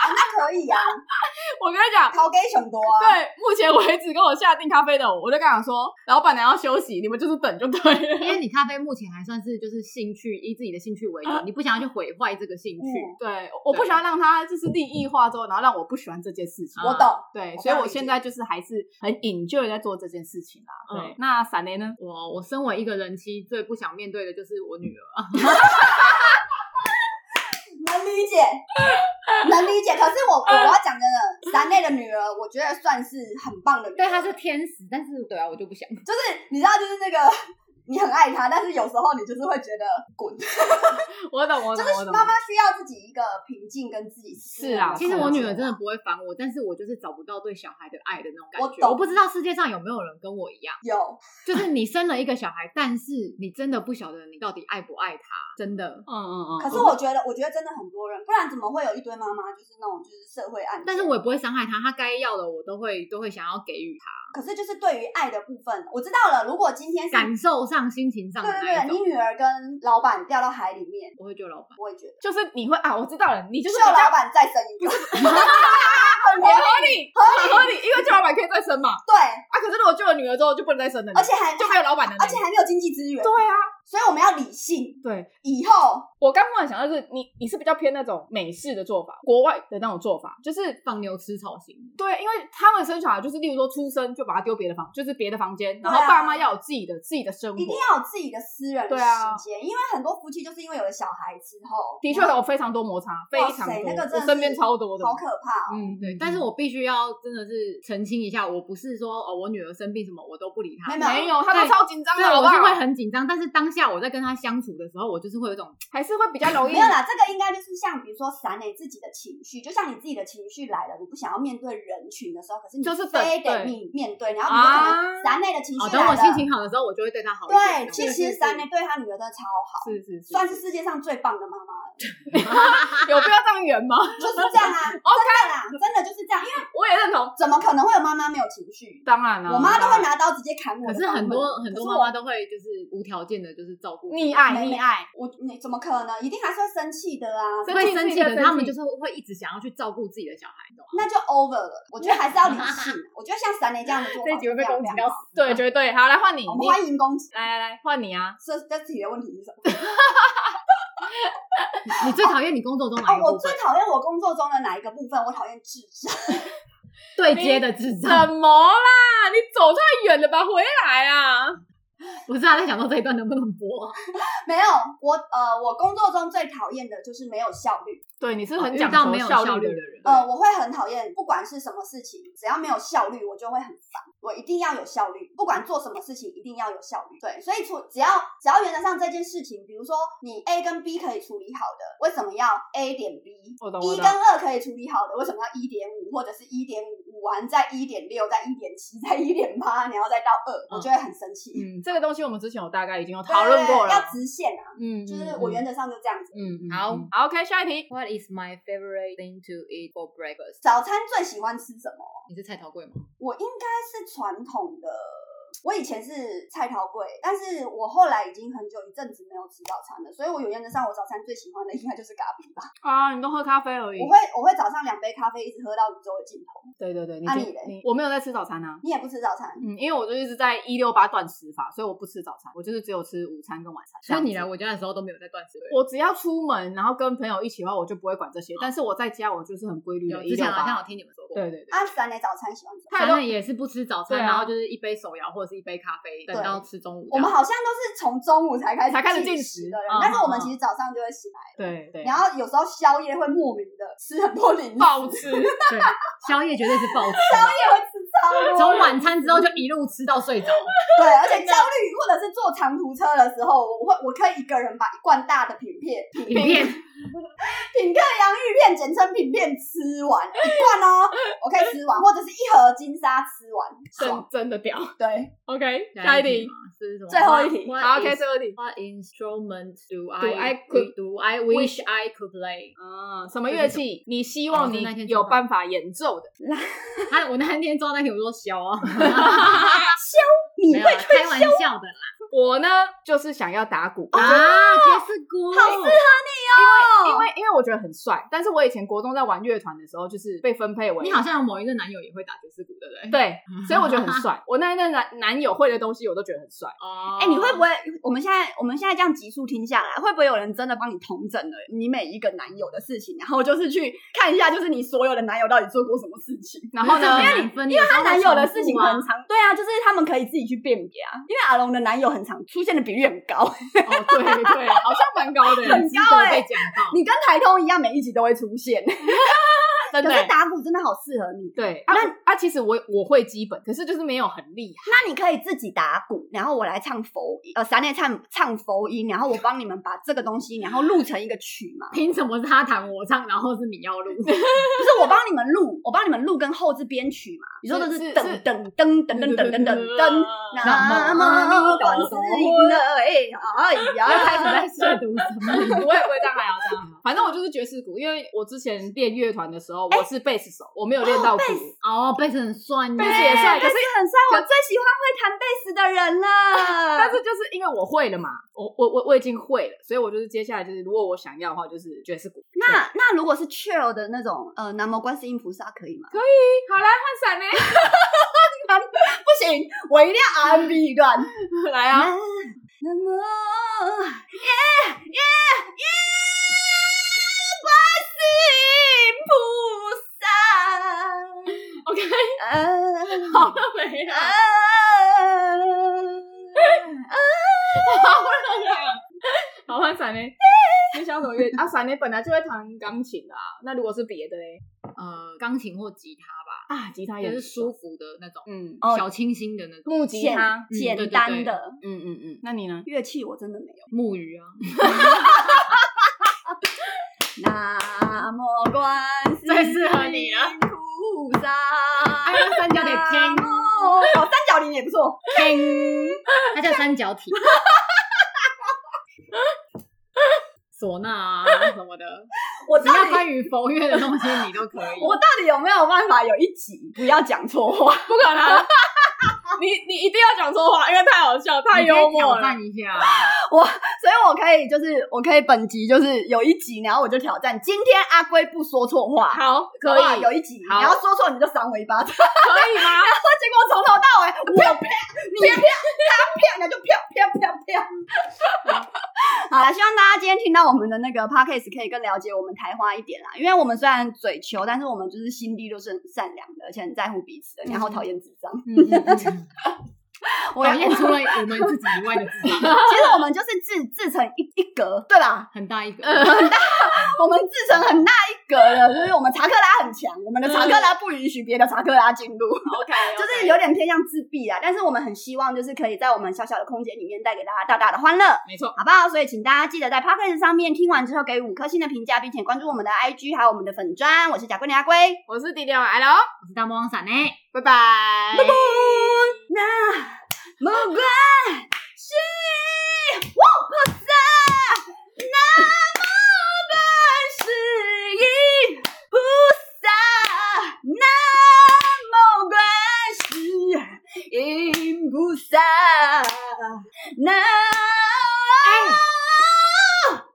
Speaker 1: 我
Speaker 2: 可以啊，
Speaker 1: 跟你讲，
Speaker 2: 逃给熊多啊。
Speaker 1: 对，目前为止跟我下订咖啡的，我就跟他讲说，老板娘要休息，你们就是等就对了。*laughs*
Speaker 3: *laughs* 因为你咖啡目前还算是就是兴趣，以自己的兴趣为主，你不想要去毁坏这个兴趣。
Speaker 2: 嗯
Speaker 1: 对，我我不
Speaker 3: 对
Speaker 1: 想要让它就是利益化之后，然后让我不喜欢这件事情。
Speaker 2: 我懂，
Speaker 1: 对，
Speaker 2: 我
Speaker 1: 所以
Speaker 2: 刚
Speaker 1: 我
Speaker 2: 理解
Speaker 1: 现在就是还是很 enjoy 在做这件事情啦。对，
Speaker 3: 嗯
Speaker 1: 那闪雷呢？
Speaker 3: 我我身为一个人妻，最不想面对的就是我女儿。
Speaker 2: 能理解，能理解。可是我我要讲真的，三内的女儿，我觉得算是很棒的女儿。
Speaker 3: 对，她是天使，但是对啊，我就不想。
Speaker 2: 就是你知道，就是那个你很爱她，但是有时候你就是会觉得滚，
Speaker 1: 我懂，我
Speaker 2: 就
Speaker 1: 懂，我
Speaker 2: 是
Speaker 1: 懂。
Speaker 2: 妈妈需要自己一个平静跟自己私人的
Speaker 1: 是啊
Speaker 3: *laughs* 其实我女儿真 *laughs*
Speaker 2: 空
Speaker 3: 的不会烦我，但是我就是找不到对小孩的爱的那种感
Speaker 2: 我
Speaker 3: 觉。
Speaker 2: 懂
Speaker 3: 我不知道世界上有没有人跟我一样，
Speaker 2: 间有，
Speaker 3: 就是你生了一个小孩，但是你真的不晓得你到底爱不爱他，真的。
Speaker 1: 嗯嗯嗯。
Speaker 2: 可是
Speaker 1: 嗯
Speaker 2: 我觉得，我觉得真的很多人，不然怎么会有一堆妈妈就是那种就是社会案件？
Speaker 3: 但是我也不会伤害他，他该要的我都会都会想要给予他，
Speaker 2: 可是就是对于爱的部分，我知道了。如果今天是
Speaker 3: 感受上、心情上
Speaker 2: 对
Speaker 3: 的
Speaker 2: 对对，
Speaker 3: 那一
Speaker 2: 你
Speaker 3: 种，
Speaker 2: 女儿跟老板掉到海里面，
Speaker 3: 我会救老板。
Speaker 2: 我也觉得
Speaker 1: 就是你会啊，我知道了，你就是
Speaker 2: 秀
Speaker 1: 比较
Speaker 2: 老板再生一个，很合
Speaker 1: 理，
Speaker 2: 理，
Speaker 1: *laughs* 很合理，因为旧老板可以再生嘛。
Speaker 2: *laughs* 对，
Speaker 1: 啊，可是如果救了女儿之后就不能再生了呢，
Speaker 2: 而且还
Speaker 1: 就没有老板的呢，
Speaker 2: 而且还没有经济资源，
Speaker 1: 对啊，
Speaker 2: 所以我们要理性。
Speaker 1: 对，
Speaker 2: 以后
Speaker 1: 我刚突然想到是，你你是比较偏那种美式的做法，国外的那种做法，就是
Speaker 3: 放牛吃草型，
Speaker 1: 对，因为他们生小孩就是，例如说出生就把他丢别的房，就是别的房间，然后
Speaker 2: 对啊
Speaker 1: 爸妈要有自己的自己的生活
Speaker 2: 一。定要有自己的私人的
Speaker 1: 嗯对
Speaker 2: 时
Speaker 1: 啊
Speaker 2: 间，因为很多夫妻就是因为有了小孩之后，
Speaker 1: 的确有非常多摩擦，非
Speaker 2: 哇
Speaker 1: 常
Speaker 2: 塞
Speaker 1: 多，
Speaker 2: 那个真的
Speaker 1: 我身边
Speaker 2: 是
Speaker 1: 超多的。
Speaker 2: 好可怕哦。
Speaker 1: 嗯，对，
Speaker 3: 但是我必须要真的是澄清一下，我不是说哦，我女儿生病什么我都不理她，
Speaker 2: 没
Speaker 1: 没有，他们
Speaker 3: 对
Speaker 1: 超紧张的，
Speaker 3: 对，
Speaker 1: 好不
Speaker 3: 我
Speaker 1: 好
Speaker 3: 是会很紧张，但是当下我在跟她相处的时候，我就是会有一种
Speaker 1: 还是会比较容易
Speaker 2: 没有啦，这个应该就是像比如说闪你自己的情绪，就像你自己的情绪来了，你不想要面对人群的时候，可是你
Speaker 1: 就是等
Speaker 2: 非得
Speaker 1: 对
Speaker 2: 你面对，然后你就可
Speaker 1: 啊
Speaker 2: 能闪你的情绪
Speaker 3: 哦，
Speaker 2: 来
Speaker 3: 等
Speaker 2: 了。
Speaker 3: 我心情好的时候，哦我就会对她好一点。
Speaker 2: 啊对，
Speaker 3: 这
Speaker 2: 其
Speaker 3: 样
Speaker 1: 是
Speaker 2: 实
Speaker 1: 是
Speaker 2: 闪你对他女儿真的超好，
Speaker 1: 是是是，
Speaker 2: 算是世界上最棒的妈
Speaker 3: *laughs*
Speaker 2: 妈了，
Speaker 1: 有必要这样圆吗？ *laughs*
Speaker 2: 就是这样啊，真的啦，真的就是这样，因为
Speaker 1: 我也认同，
Speaker 2: 怎么可能会有妈妈没有情绪？
Speaker 1: 当然了，
Speaker 2: 我妈都
Speaker 1: 当然
Speaker 2: 会拿刀直接砍我
Speaker 3: 啊
Speaker 2: 的
Speaker 3: 可是
Speaker 2: 房门。
Speaker 3: 很多很多
Speaker 2: 可是
Speaker 3: 妈
Speaker 2: 我
Speaker 3: 妈都会就是无条件的，就是照顾，
Speaker 1: 溺爱
Speaker 2: 没
Speaker 1: 溺
Speaker 2: 没
Speaker 1: 爱，
Speaker 2: 我你怎么可能？一定还是会生气的啊！
Speaker 1: 生
Speaker 3: 会
Speaker 1: 气
Speaker 3: 生
Speaker 1: 是
Speaker 3: 气
Speaker 1: 一个
Speaker 3: 的，
Speaker 1: 生
Speaker 3: 他们
Speaker 1: 气
Speaker 3: 就是会一直想要去照顾自己的小孩，你懂吗？
Speaker 2: 那就 over 了。我觉得还是要理
Speaker 3: *laughs*
Speaker 2: 性。我觉得像闪雷这样的做法是非常非常好，
Speaker 1: 对，绝对好，来换你，
Speaker 2: 我
Speaker 1: 你
Speaker 2: 们欢迎攻击。
Speaker 1: 来来来，换你啊！
Speaker 2: 这这自己的问题是什么？
Speaker 3: *laughs* 你最讨厌你工作中哪
Speaker 2: 啊，
Speaker 1: 哦
Speaker 3: 一个
Speaker 2: 我
Speaker 3: 部分
Speaker 2: 最？讨厌我工作中的哪一个部分？我讨厌智障。
Speaker 3: 对接的智
Speaker 1: 怎
Speaker 3: 障，
Speaker 1: 么啦？你走太远了吧？回来啊！
Speaker 3: 我知道在想说这一段能不能
Speaker 2: *laughs*
Speaker 3: 播。啊
Speaker 2: 没有，我呃，我工作中最讨厌的就是没有效率。
Speaker 1: 对，你是
Speaker 3: 哦
Speaker 1: 很
Speaker 3: 遇
Speaker 1: 讲
Speaker 3: 到
Speaker 1: 求
Speaker 3: 没有
Speaker 1: 效
Speaker 3: 效
Speaker 1: 率
Speaker 3: 率
Speaker 1: 的
Speaker 3: 的
Speaker 1: 人哦
Speaker 3: 人。
Speaker 2: 呃，我会很讨厌，不管是什么事情，只要没有效率，我就会很烦。我一定要有效率，不管做什么事情，一定要有效率。对，所以处只要只要原则上这件事情，比如说你 A 跟 B 可以处理好的，为什么要 A 点 B？
Speaker 1: 我懂我
Speaker 2: 一
Speaker 1: 懂
Speaker 2: 跟二可以处理好的，为什么要一点五或者是一点五五完再一点六再一点七再一点八，然后再到二、我就会很生气。
Speaker 1: 嗯，这个东西我们之前有大概已经有
Speaker 2: 对
Speaker 1: 讨论过了。
Speaker 2: 要直线啊，
Speaker 1: 嗯，
Speaker 2: 就是我原则上就这样子。
Speaker 1: 嗯嗯
Speaker 3: 好
Speaker 1: 好，OK，下一题。
Speaker 3: What is my favorite thing to eat for breakfast？
Speaker 2: 早餐最喜欢吃什么？
Speaker 3: 你是菜头贵吗？
Speaker 2: 我应该是传统的，我以前是菜桃贵，但是我后来已经很久一阵子没有吃早餐了，所以我有原则上我早餐最喜欢的应该就是咖啡吧。
Speaker 1: 啊，你都喝咖啡而已
Speaker 2: 我。会我会早上两杯咖啡，一直喝到宇宙的尽头。
Speaker 1: 对对对，你
Speaker 2: 啊
Speaker 1: 就
Speaker 2: 你嘞
Speaker 1: 你我没有在吃早餐啊。
Speaker 2: 你也不吃早餐，
Speaker 1: 嗯，因为我就一直在一六八断食法，所以我不吃早餐，我就是只有吃午餐跟晚餐。
Speaker 3: 所以你
Speaker 1: 这
Speaker 3: 来
Speaker 1: 样子
Speaker 3: 我家的时候都没有在断食，
Speaker 1: 我只要出门，然后跟朋友一起的话，我就不会管这些。但是我在家，我就是很规律
Speaker 3: 有
Speaker 1: 的一
Speaker 3: 之
Speaker 1: 六
Speaker 3: 前好像
Speaker 1: 八
Speaker 3: 有。听你们说过。
Speaker 1: 对
Speaker 3: *laughs*
Speaker 1: 对对，
Speaker 2: 阿三的早餐喜欢什么？
Speaker 1: 太
Speaker 3: 反
Speaker 1: 多
Speaker 3: 正也是不吃早
Speaker 1: 对
Speaker 3: 餐，
Speaker 1: 啊
Speaker 3: 然后就是一杯手摇或者是一杯咖啡，等到吃中午
Speaker 2: 我
Speaker 3: 这样。
Speaker 2: 们好像都是从中午才开始
Speaker 1: 才开始进
Speaker 2: 进
Speaker 1: 食
Speaker 2: 的人
Speaker 1: 嗯，
Speaker 2: 但是我
Speaker 1: 嗯
Speaker 2: 们
Speaker 1: 嗯
Speaker 2: 其实早上就会醒来，
Speaker 1: 对对，
Speaker 2: 然后有时候宵夜会莫名的吃很多零食，
Speaker 1: 暴 *laughs* 吃。
Speaker 3: 对宵夜绝对是暴吃，啊
Speaker 2: 夜会吃超多，
Speaker 3: 从晚餐之后就一路吃到
Speaker 1: *laughs*
Speaker 3: 睡着。
Speaker 2: 对，而且焦虑或者是坐长途车的时候，我会我可以一个人把一罐大的品片
Speaker 3: 影片
Speaker 2: 品客洋芋片，简称品片，吃完一罐哦，我可以吃完，或者是一盒金沙吃完，爽。
Speaker 1: 真真的屌。
Speaker 2: 对，
Speaker 1: OK，下一题。
Speaker 3: 嘛是什么？
Speaker 2: 最后一题
Speaker 1: 好
Speaker 3: What
Speaker 1: ，OK，
Speaker 3: is 嗯
Speaker 1: 最后一题。
Speaker 3: What instrument do
Speaker 1: Do I
Speaker 3: I
Speaker 1: could-
Speaker 3: do I wish I could play？
Speaker 1: 嗯，什么乐器？你希望你
Speaker 3: 哦是那天
Speaker 1: 有
Speaker 3: 做的
Speaker 1: 办法演奏
Speaker 3: *laughs*
Speaker 1: 的？
Speaker 3: 他啊我那天做那题我说小啊，
Speaker 2: *laughs* 你
Speaker 3: 没有
Speaker 2: 会
Speaker 3: 啦开玩笑
Speaker 2: *laughs*
Speaker 3: 的啦
Speaker 1: 我呢，就是想要打鼓，
Speaker 3: 啊，爵士鼓
Speaker 2: 哦好适合
Speaker 1: 因为因为我觉得很帅。但是我以前国中在玩乐团的时候，就是被分配为
Speaker 3: 你好像有某一个男友也会打爵士鼓，对不对？
Speaker 1: 对，所以我觉得
Speaker 3: *laughs*
Speaker 1: 很帅。我那一任男男友会的东西，我都觉得很帅。
Speaker 3: 哦
Speaker 2: 哎、你会不会？我们现在我们现在这样集数听下来，会不会有人真的帮你统整了你每一个男友的事情，然后就是去看一下，就是你所有的男友到底做过什么事情？
Speaker 1: 然 *laughs* 后呢
Speaker 2: 因
Speaker 3: 因为
Speaker 2: 为
Speaker 3: 你分，
Speaker 2: 因为她男友的事情
Speaker 3: 很
Speaker 2: 很长，对啊，就是他们可以自己去辨别啊。因为阿龙的男友很长，出现的比率很高， *laughs*
Speaker 1: 哦，对对，好像蛮高的，
Speaker 2: 很
Speaker 3: 值
Speaker 2: 高
Speaker 3: 得
Speaker 2: 哎
Speaker 3: 被讲到。。
Speaker 2: 你跟台通一样，每一集都会出现。
Speaker 1: 真
Speaker 2: 可
Speaker 1: 的欸
Speaker 2: 是。打鼓真的欸好适合你，
Speaker 1: 对，啊啊，其实我我会基本，可是就是没有很厉害。
Speaker 2: 那你可以自己打鼓，然后我来唱佛音，呃，三内唱唱佛音，然后我帮你们把这个东西，然后录成一个曲嘛
Speaker 3: 凭什么是他弹我唱，然后是你
Speaker 2: *laughs*
Speaker 3: 要录？
Speaker 2: 不是我帮你们录，我帮你们录跟后置编曲嘛。你说的
Speaker 1: 是
Speaker 2: 是
Speaker 1: 是
Speaker 2: 噔
Speaker 1: 是
Speaker 2: 噔噔噔噔噔噔噔噔。 *laughs* 那 *laughs* 么观世音的哎，哎
Speaker 3: 然后开始
Speaker 2: 呀，
Speaker 3: 在亵渎什么？
Speaker 1: 不会不会，这样还好，这样还好。反正我就是爵士鼓，因为我之前练乐团的时候，候，我是贝斯手，我没有练到鼓，
Speaker 3: 哦，贝斯很帅呢，
Speaker 1: 贝斯也帅，可
Speaker 2: 但
Speaker 1: 是
Speaker 2: 是很帅，我最喜欢会弹贝斯的 *laughs* 人了。
Speaker 1: 但是就是因为我会了嘛，我我我我已经会了，所以我就是接下来就是如果我想要的话，就是爵士鼓。
Speaker 2: 那那如果是 chill 的那种，呃，南无观世音菩萨可以吗？
Speaker 1: 好来换伞呢， *laughs*
Speaker 2: 不行，我一定要 R&B 一段。
Speaker 1: 来啊！
Speaker 2: 南无耶耶耶，观世音菩萨。
Speaker 1: OK
Speaker 2: 呃
Speaker 1: 好了没
Speaker 2: 啊
Speaker 1: 了？好换伞呢？你想什么乐？啊，伞呢本来就会弹钢琴的啊，那如果是别的嘞？
Speaker 3: 呃，钢琴或吉他吧，
Speaker 1: 啊，吉他也
Speaker 3: 也
Speaker 1: 很
Speaker 3: 是舒
Speaker 1: 爽，
Speaker 3: 服的那种，
Speaker 1: 嗯，
Speaker 2: 哦
Speaker 3: 小清新的那种
Speaker 1: 木吉
Speaker 2: 简
Speaker 1: 他，
Speaker 3: 对对
Speaker 2: 简
Speaker 3: 对
Speaker 2: 单的
Speaker 1: 嗯嗯嗯，那你呢？
Speaker 2: 乐器我真的没有。
Speaker 3: 木鱼啊，
Speaker 2: 南无观世
Speaker 3: 最适合你了
Speaker 2: 音菩萨。
Speaker 3: 那哎三
Speaker 2: *laughs*
Speaker 3: 角得
Speaker 2: 南无哦，三角铃也不错。
Speaker 3: 听，它叫三角体。唢呐啊什么的，
Speaker 2: 我
Speaker 3: 只
Speaker 2: 到
Speaker 3: 要
Speaker 2: 底
Speaker 3: 关于佛乐的东西，你都可以。
Speaker 2: 我到底有没有办法有一集不要讲错话？
Speaker 1: 不可能，你你一定要讲错话，因为太好笑，太
Speaker 3: 你可以
Speaker 1: 幽默
Speaker 3: 挑
Speaker 1: 了。
Speaker 3: 战一下，啊
Speaker 2: 所以我可以就是我可以本集就是有一集，然后我就挑战今天阿龟不说错话，
Speaker 1: 好，可以
Speaker 2: 好不好有一集，
Speaker 1: 好
Speaker 2: 然后说错你就赏我一巴掌。 *laughs*
Speaker 1: 可以吗？
Speaker 2: 结果从头到尾，我骗你骗他骗，他就骗骗骗骗。好了，希望大家今天听到我们的那个 podcast 可以更了解我们台花一点啦。因为我们虽然嘴求，但是我们就是心地都是很善良的，而且很在乎彼此的。然
Speaker 1: 嗯
Speaker 2: 后讨厌智障，
Speaker 3: 嗯
Speaker 2: 我
Speaker 3: 讨厌除了我们自己以外的自己，
Speaker 2: 其实我们就是自自成一一格，对吧？
Speaker 3: 很大一个。
Speaker 2: 我们自成很大一格了，就是我们查克拉很强，我们的查克拉不允许别的查克拉进入，
Speaker 1: OK，
Speaker 2: *laughs* 就是有点偏向自闭啊。但是我们很希望，就是可以在我们小小的空间里面带给大家大大的欢乐，
Speaker 1: 没错，
Speaker 2: 好不好？所以请大家记得在 p o c a s t 上面听完之后给予五颗星的评价，并且关注我们的 IG 还有我们的粉砖。我是贾桂林阿龟，
Speaker 1: 我是迪迪王 L，
Speaker 3: 我是大魔王伞呢，
Speaker 1: 拜拜。
Speaker 2: 那莫管是我菩萨，南无观世音菩萨，南无观世音菩萨，南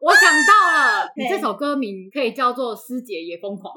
Speaker 3: 我想到了，你
Speaker 2: 对
Speaker 3: 这首歌名可以叫做《师姐也疯狂》。